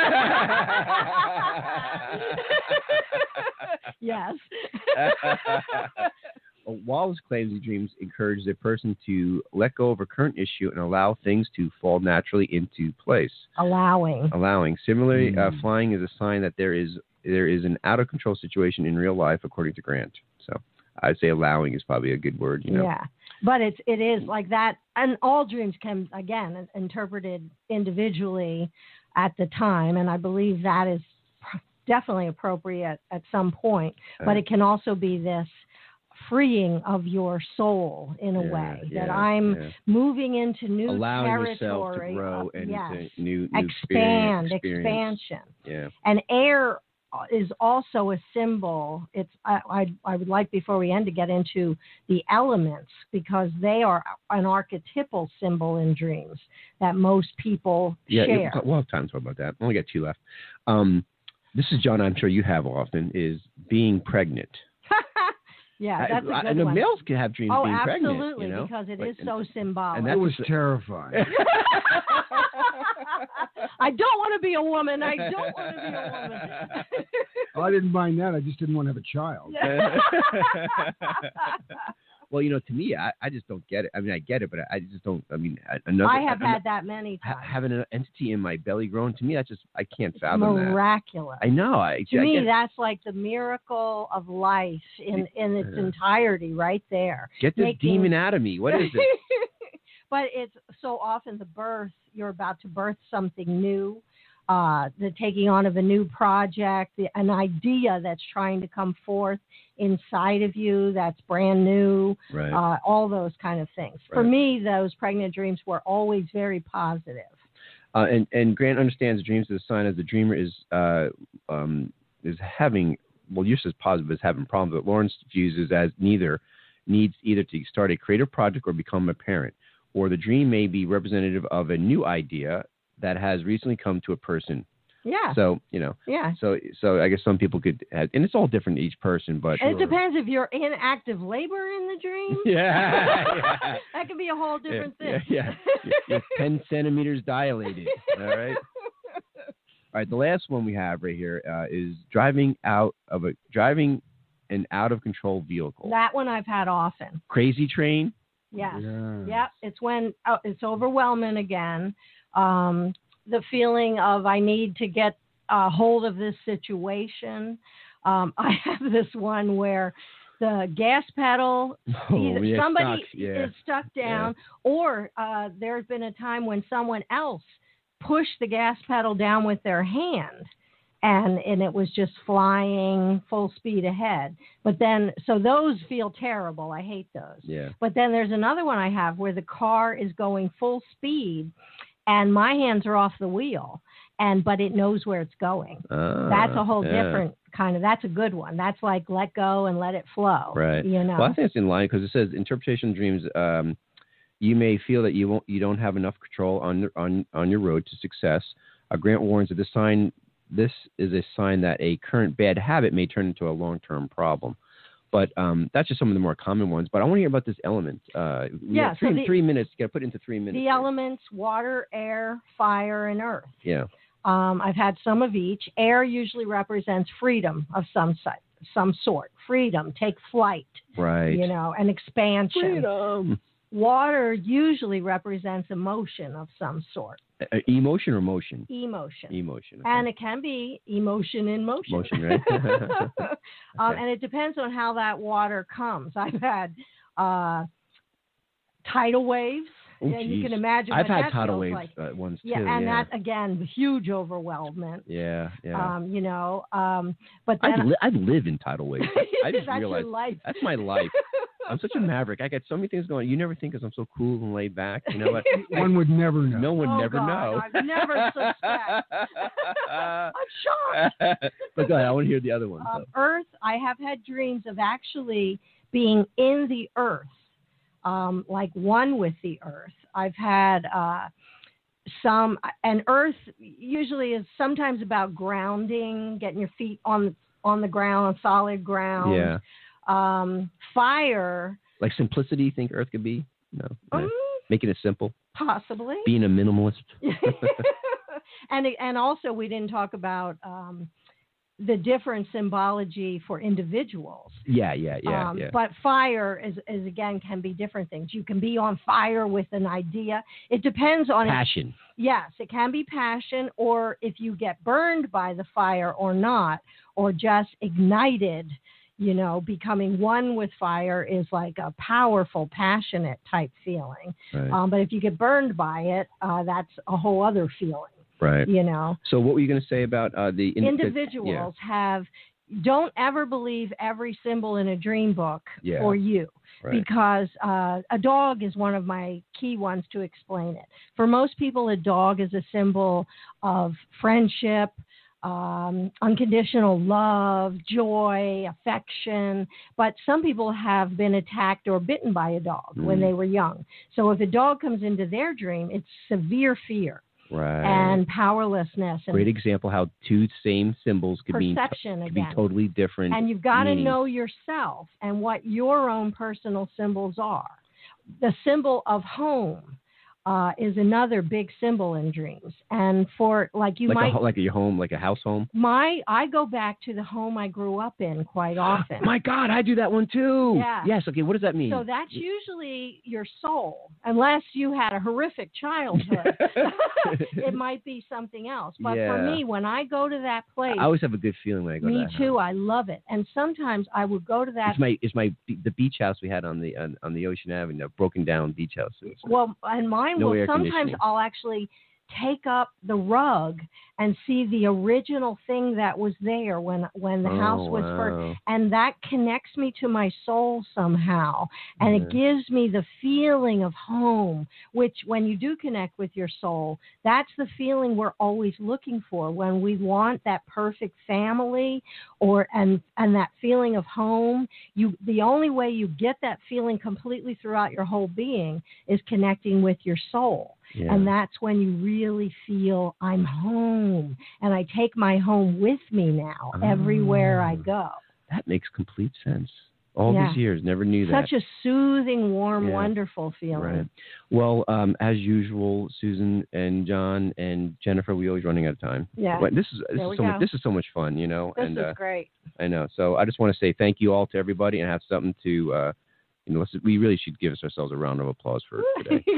S3: Wallace claims he dreams encourage the person to let go of a current issue and allow things to fall naturally into place.
S5: Allowing.
S3: Allowing. Similarly,
S2: Mm.
S3: uh, flying is a sign that there is there is an out of control situation in real life, according to Grant. So I'd say allowing is probably a good word. You know.
S5: Yeah. But it's it is like that and all dreams can again is interpreted individually at the time and I believe that is pr- definitely appropriate at some point, but
S3: Right.
S5: it can also be this freeing of your soul in a
S3: Yeah,
S5: way that
S3: yeah,
S5: I'm
S3: yeah.
S5: moving into new
S3: allowing yourself to
S5: territory.
S3: grow
S5: of-
S3: and
S5: yes.
S3: to new, new experience.
S5: expand, expansion.
S3: experience.
S5: And air is also a symbol. It's I, I I would like before we end to get into the elements because they are an archetypal symbol in dreams that most people
S3: Yeah, yeah.
S5: share.
S3: We'll, we'll have time to talk about that. I only got two left. Um, this is John. I'm sure you have often is being pregnant.
S5: yeah, that's a good
S3: I, I know
S5: one.
S3: males can have dreams of
S5: oh,
S3: being
S5: absolutely,
S3: pregnant. You know?
S5: because it
S3: Like,
S5: is
S3: and-
S5: so symbolic.
S3: and
S2: I
S3: (laughs) that's
S2: was (laughs)
S3: just-
S2: terrified.
S5: (laughs) I don't want to be a woman. (laughs) I don't want to be
S3: (laughs)
S5: a woman.
S2: Well, I didn't mind that. I just didn't want to have a child.
S5: (laughs)
S3: (laughs) well, you know, to me, I, I just don't get it. I mean, I get it, but I, I just don't. I mean, I- another.
S5: I have
S3: I'm-
S5: had that many
S3: ha-
S5: times.
S3: having an entity in my belly growing. To me, that's just I can't fathom that.
S5: Miraculous.
S3: I know. I,
S5: to
S3: I
S5: me,
S3: get,
S5: that's like the miracle of life in, in its
S3: Yeah.
S5: entirety, right there.
S3: get this
S5: making-
S3: demon out of me. What is
S5: (laughs)
S3: this?
S5: but it's so often the birth, you're about to birth something new, uh, the taking on of a new project, the, an idea that's trying to come forth inside of you that's brand new,
S3: right.
S5: uh, all those kind of things. For
S3: Right.
S5: me, those pregnant dreams were always very positive.
S3: Uh, and and Grant understands dreams as a sign as the dreamer is uh, um, is having well, use is positive as having problems, but Lawrence views is as neither needs either to start a creative project or become a parent, or the dream may be representative of a new idea that has recently come to a person.
S5: Yeah,
S3: So you know,
S5: yeah.
S3: so so I guess some people could, have, and it's all different to each person, but
S5: And It depends if you're in active labor in the dream.
S3: (laughs) yeah, yeah.
S5: That could be a whole different
S3: yeah,
S5: thing.
S3: yeah, You're- you're ten centimeters dilated. All right. All right, the last one we have right here uh, is driving out of a driving an out of control vehicle.
S5: (laughs) that one I've had often.
S3: Crazy train. Mm-hmm.
S5: Yes.
S2: Yeah.
S5: Yep. It's when oh, it's overwhelming again. Um, the feeling of I need to get a hold of this situation. Um, (laughs) I have this one where the gas pedal
S3: (laughs)
S5: either
S3: Oh, yeah,
S5: somebody
S3: sucks. Yeah.
S5: is stuck down, or uh, there's been a time when someone else pushed the gas pedal down with their hand, and and it was just flying full speed ahead. But then, so those feel terrible. I hate those.
S3: yeah.
S5: But then there's another one I have where the car is going full speed, and my hands are off the wheel, and but it knows where it's going.
S3: Ah,
S5: That's a whole
S3: yeah.
S5: different kind of. That's a good one. That's like let go and let it flow.
S3: Right.
S5: You know.
S3: Well, I think it's in line because it says interpretation of dreams. Um, you may feel that you won't, you don't have enough control on on on your road to success. Uh, Grant warns that this sign this is a sign that a current bad habit may turn into a long term problem. But um, that's just some of the more common ones. But I want to hear about this element. Uh, we
S5: Yeah,
S3: have
S5: so
S3: three,
S5: the-
S3: three minutes. Got to put it into three minutes.
S5: the
S3: here.
S5: elements water, air, fire, and earth.
S3: Yeah.
S5: Um, I've had some of each. Air usually represents freedom of some si- some sort, freedom, take flight,
S3: Right.
S5: you know, and expansion.
S3: Freedom.
S5: Water usually represents emotion of some sort,
S3: Uh, emotion or motion?
S5: emotion.
S3: Emotion. okay.
S5: and it can be emotion in motion.
S3: Motion, right?
S5: (laughs)
S3: (laughs)
S5: um,
S3: Okay.
S5: And it depends on how that water comes. I've had uh, tidal waves.
S3: Oh,
S5: and you
S3: geez.
S5: can imagine
S3: I've
S5: what
S3: had
S5: that
S3: tidal
S5: feels
S3: wave
S5: like.
S3: uh, ones
S5: Yeah,
S3: too.
S5: and
S3: yeah.
S5: that again, huge overwhelmment.
S3: yeah, yeah.
S5: Um, you know, um, but
S3: I'd,
S5: then
S3: li- I'd live in tidal
S5: (laughs)
S3: waves. I
S5: that's
S3: just
S5: your
S3: realized
S5: life.
S3: that's my
S5: (laughs)
S3: life. I'm such a maverick. I got so many things going. You never think 'cause I'm so cool and laid back. You
S5: (laughs)
S3: know what?
S2: One would never know.
S3: No one
S5: Oh,
S3: would never
S5: God,
S3: know.
S5: I've
S3: (laughs)
S5: never I'm shocked.
S3: but go ahead. I want to hear the other one.
S5: Um, Earth, I have had dreams of actually being in the Earth, um, like one with the Earth. I've had uh, some, and Earth usually is sometimes about grounding, getting your feet on on the ground, solid ground.
S3: yeah.
S5: Um, fire,
S3: Like simplicity, you think Earth could be? No. no.
S5: mm,
S3: Making it simple.
S5: possibly.
S3: Being a minimalist.
S5: (laughs) and and also we didn't talk about um, the different symbology for individuals.
S3: Yeah, yeah, yeah,
S5: um,
S3: yeah.
S5: But fire is, is again can be different things. You can be on fire with an idea. It depends on
S3: Passion.
S5: yes, it can be passion, or if you get burned by the fire or not, or just ignited. You know, becoming one with fire is like a powerful, passionate type feeling.
S3: Right.
S5: Um, but if you get burned by it, uh, that's a whole other feeling.
S3: right.
S5: You know,
S3: So what were you going to say about uh, the indi-
S5: individuals have don't ever believe every symbol in a dream book
S3: Yeah.
S5: for you
S3: Yeah, right.
S5: because uh, a dog is one of my key ones to explain it. For most people, a dog is a symbol of friendship, um, unconditional love, joy, affection. But some people have been attacked or bitten by a dog when
S3: Mm.
S5: they were young. So if a dog comes into their dream, it's severe fear
S3: right.
S5: and powerlessness and
S3: Great example how two same symbols could mean
S5: perception
S3: could be
S5: again.
S3: totally different.
S5: And you've got to
S3: meaning.
S5: know yourself and what your own personal symbols are. The symbol of home uh, is another big symbol in dreams. And for like you
S3: like
S5: might,
S3: a, ho- like your home, like a house home.
S5: my I go back to the home I grew up
S3: (gasps)
S5: in quite often.
S3: My God, I do that one too.
S5: Yeah.
S3: Yes. Okay. What does that mean? (laughs)
S5: so that's usually your soul, unless you had a horrific childhood.
S3: (laughs)
S5: (laughs) it might be something else. But
S3: Yeah.
S5: for me, when I go to that place,
S3: I always have a good feeling when I go to
S5: me
S3: that
S5: too,
S3: house.
S5: I love it. And sometimes I would go to that
S3: It's my it's my the beach house we had on the on, on the Ocean Avenue, a broken down beach house. It was-
S5: Well, and mine
S3: No
S5: will
S3: air
S5: sometimes
S3: conditioning.
S5: I'll actually take up the rug and see the original thing that was there when when the
S3: Oh,
S5: house was first
S3: wow.
S5: and that connects me to my soul somehow and it gives me the feeling of home which when you do connect with your soul that's the feeling we're always looking for when we want that perfect family or and and that feeling of home you the only way you get that feeling completely throughout your whole being is connecting with your soul
S3: Yeah.
S5: and that's when you really feel I'm home and I take my home with me now everywhere I
S3: Oh.
S5: go.
S3: that makes complete sense. All
S5: Yeah.
S3: these years, never knew that.
S5: Such a soothing, warm,
S3: Yeah.
S5: wonderful feeling.
S3: Right. Well, um, as usual, Susan and John and Jennifer, we always running out of time.
S5: Yeah.
S3: But this is this
S5: There we
S3: is so much,
S5: go.
S3: this is so much fun, you know.
S5: This
S3: and
S5: is
S3: uh,
S5: great.
S3: I know. So I just want to say thank you all to everybody and have something to uh, you know. Let's, we really should give ourselves a round of applause for today.
S5: (laughs)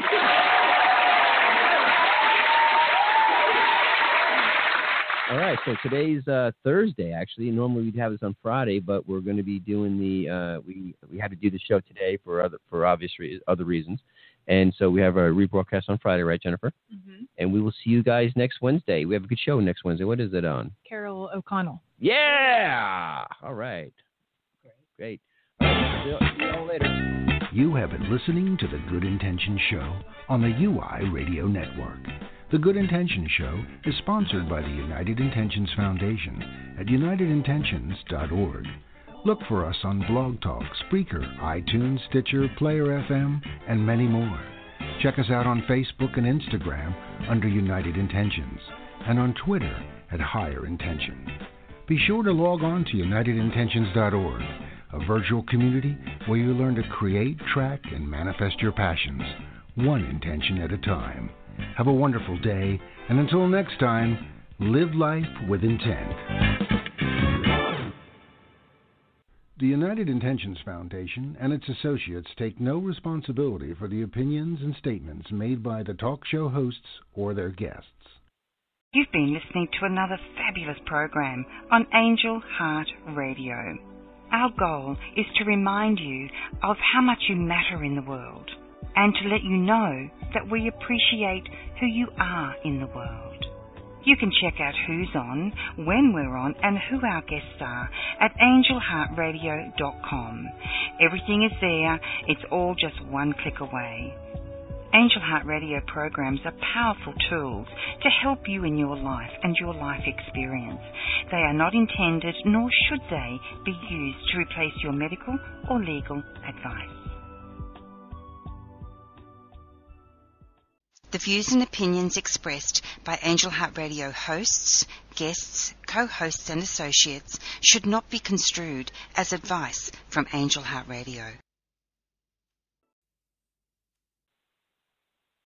S3: All right, so today's uh, Thursday. Actually, normally we'd have this on Friday, but we're going to be doing the uh, we we had to do the show today for other for obvious re- other reasons, and so we have a rebroadcast on Friday, right, Jennifer?
S5: Mm-hmm.
S4: Mhm.
S3: And we will see you guys next Wednesday. We have a good show next Wednesday. What is it on?
S4: Carol O'Connell.
S3: Yeah. All right. Great. All right. See y'all- see y'all later.
S2: You have been listening to The Good Intention Show on the UI Radio Network. The Good Intention Show is sponsored by the United Intentions Foundation at unitedintentions.org. Look for us on Blog Talk, Spreaker, iTunes, Stitcher, Player FM, and many more. Check us out on Facebook and Instagram under United Intentions and on Twitter at Higher Intention. Be sure to log on to unitedintentions.org, a virtual community where you learn to create, track, and manifest your passions, one intention at a time. Have a wonderful day, and until next time, live life with intent. The United Intentions Foundation and its associates take no responsibility for the opinions and statements made by the talk show hosts or their guests.
S1: You've been listening to another fabulous program on Angel Heart Radio. Our goal is to remind you of how much you matter in the world and to let you know that we appreciate who you are in the world. You can check out who's on, when we're on, and who our guests are at angelheartradio.com. Everything is there, it's all just one click away. Angel Heart Radio programs are powerful tools to help you in your life and your life experience. They are not intended, nor should they, be used to replace your medical or legal advice. The views and opinions expressed by Angel Heart Radio hosts, guests, co hosts, and associates should not be construed as advice from Angel Heart Radio.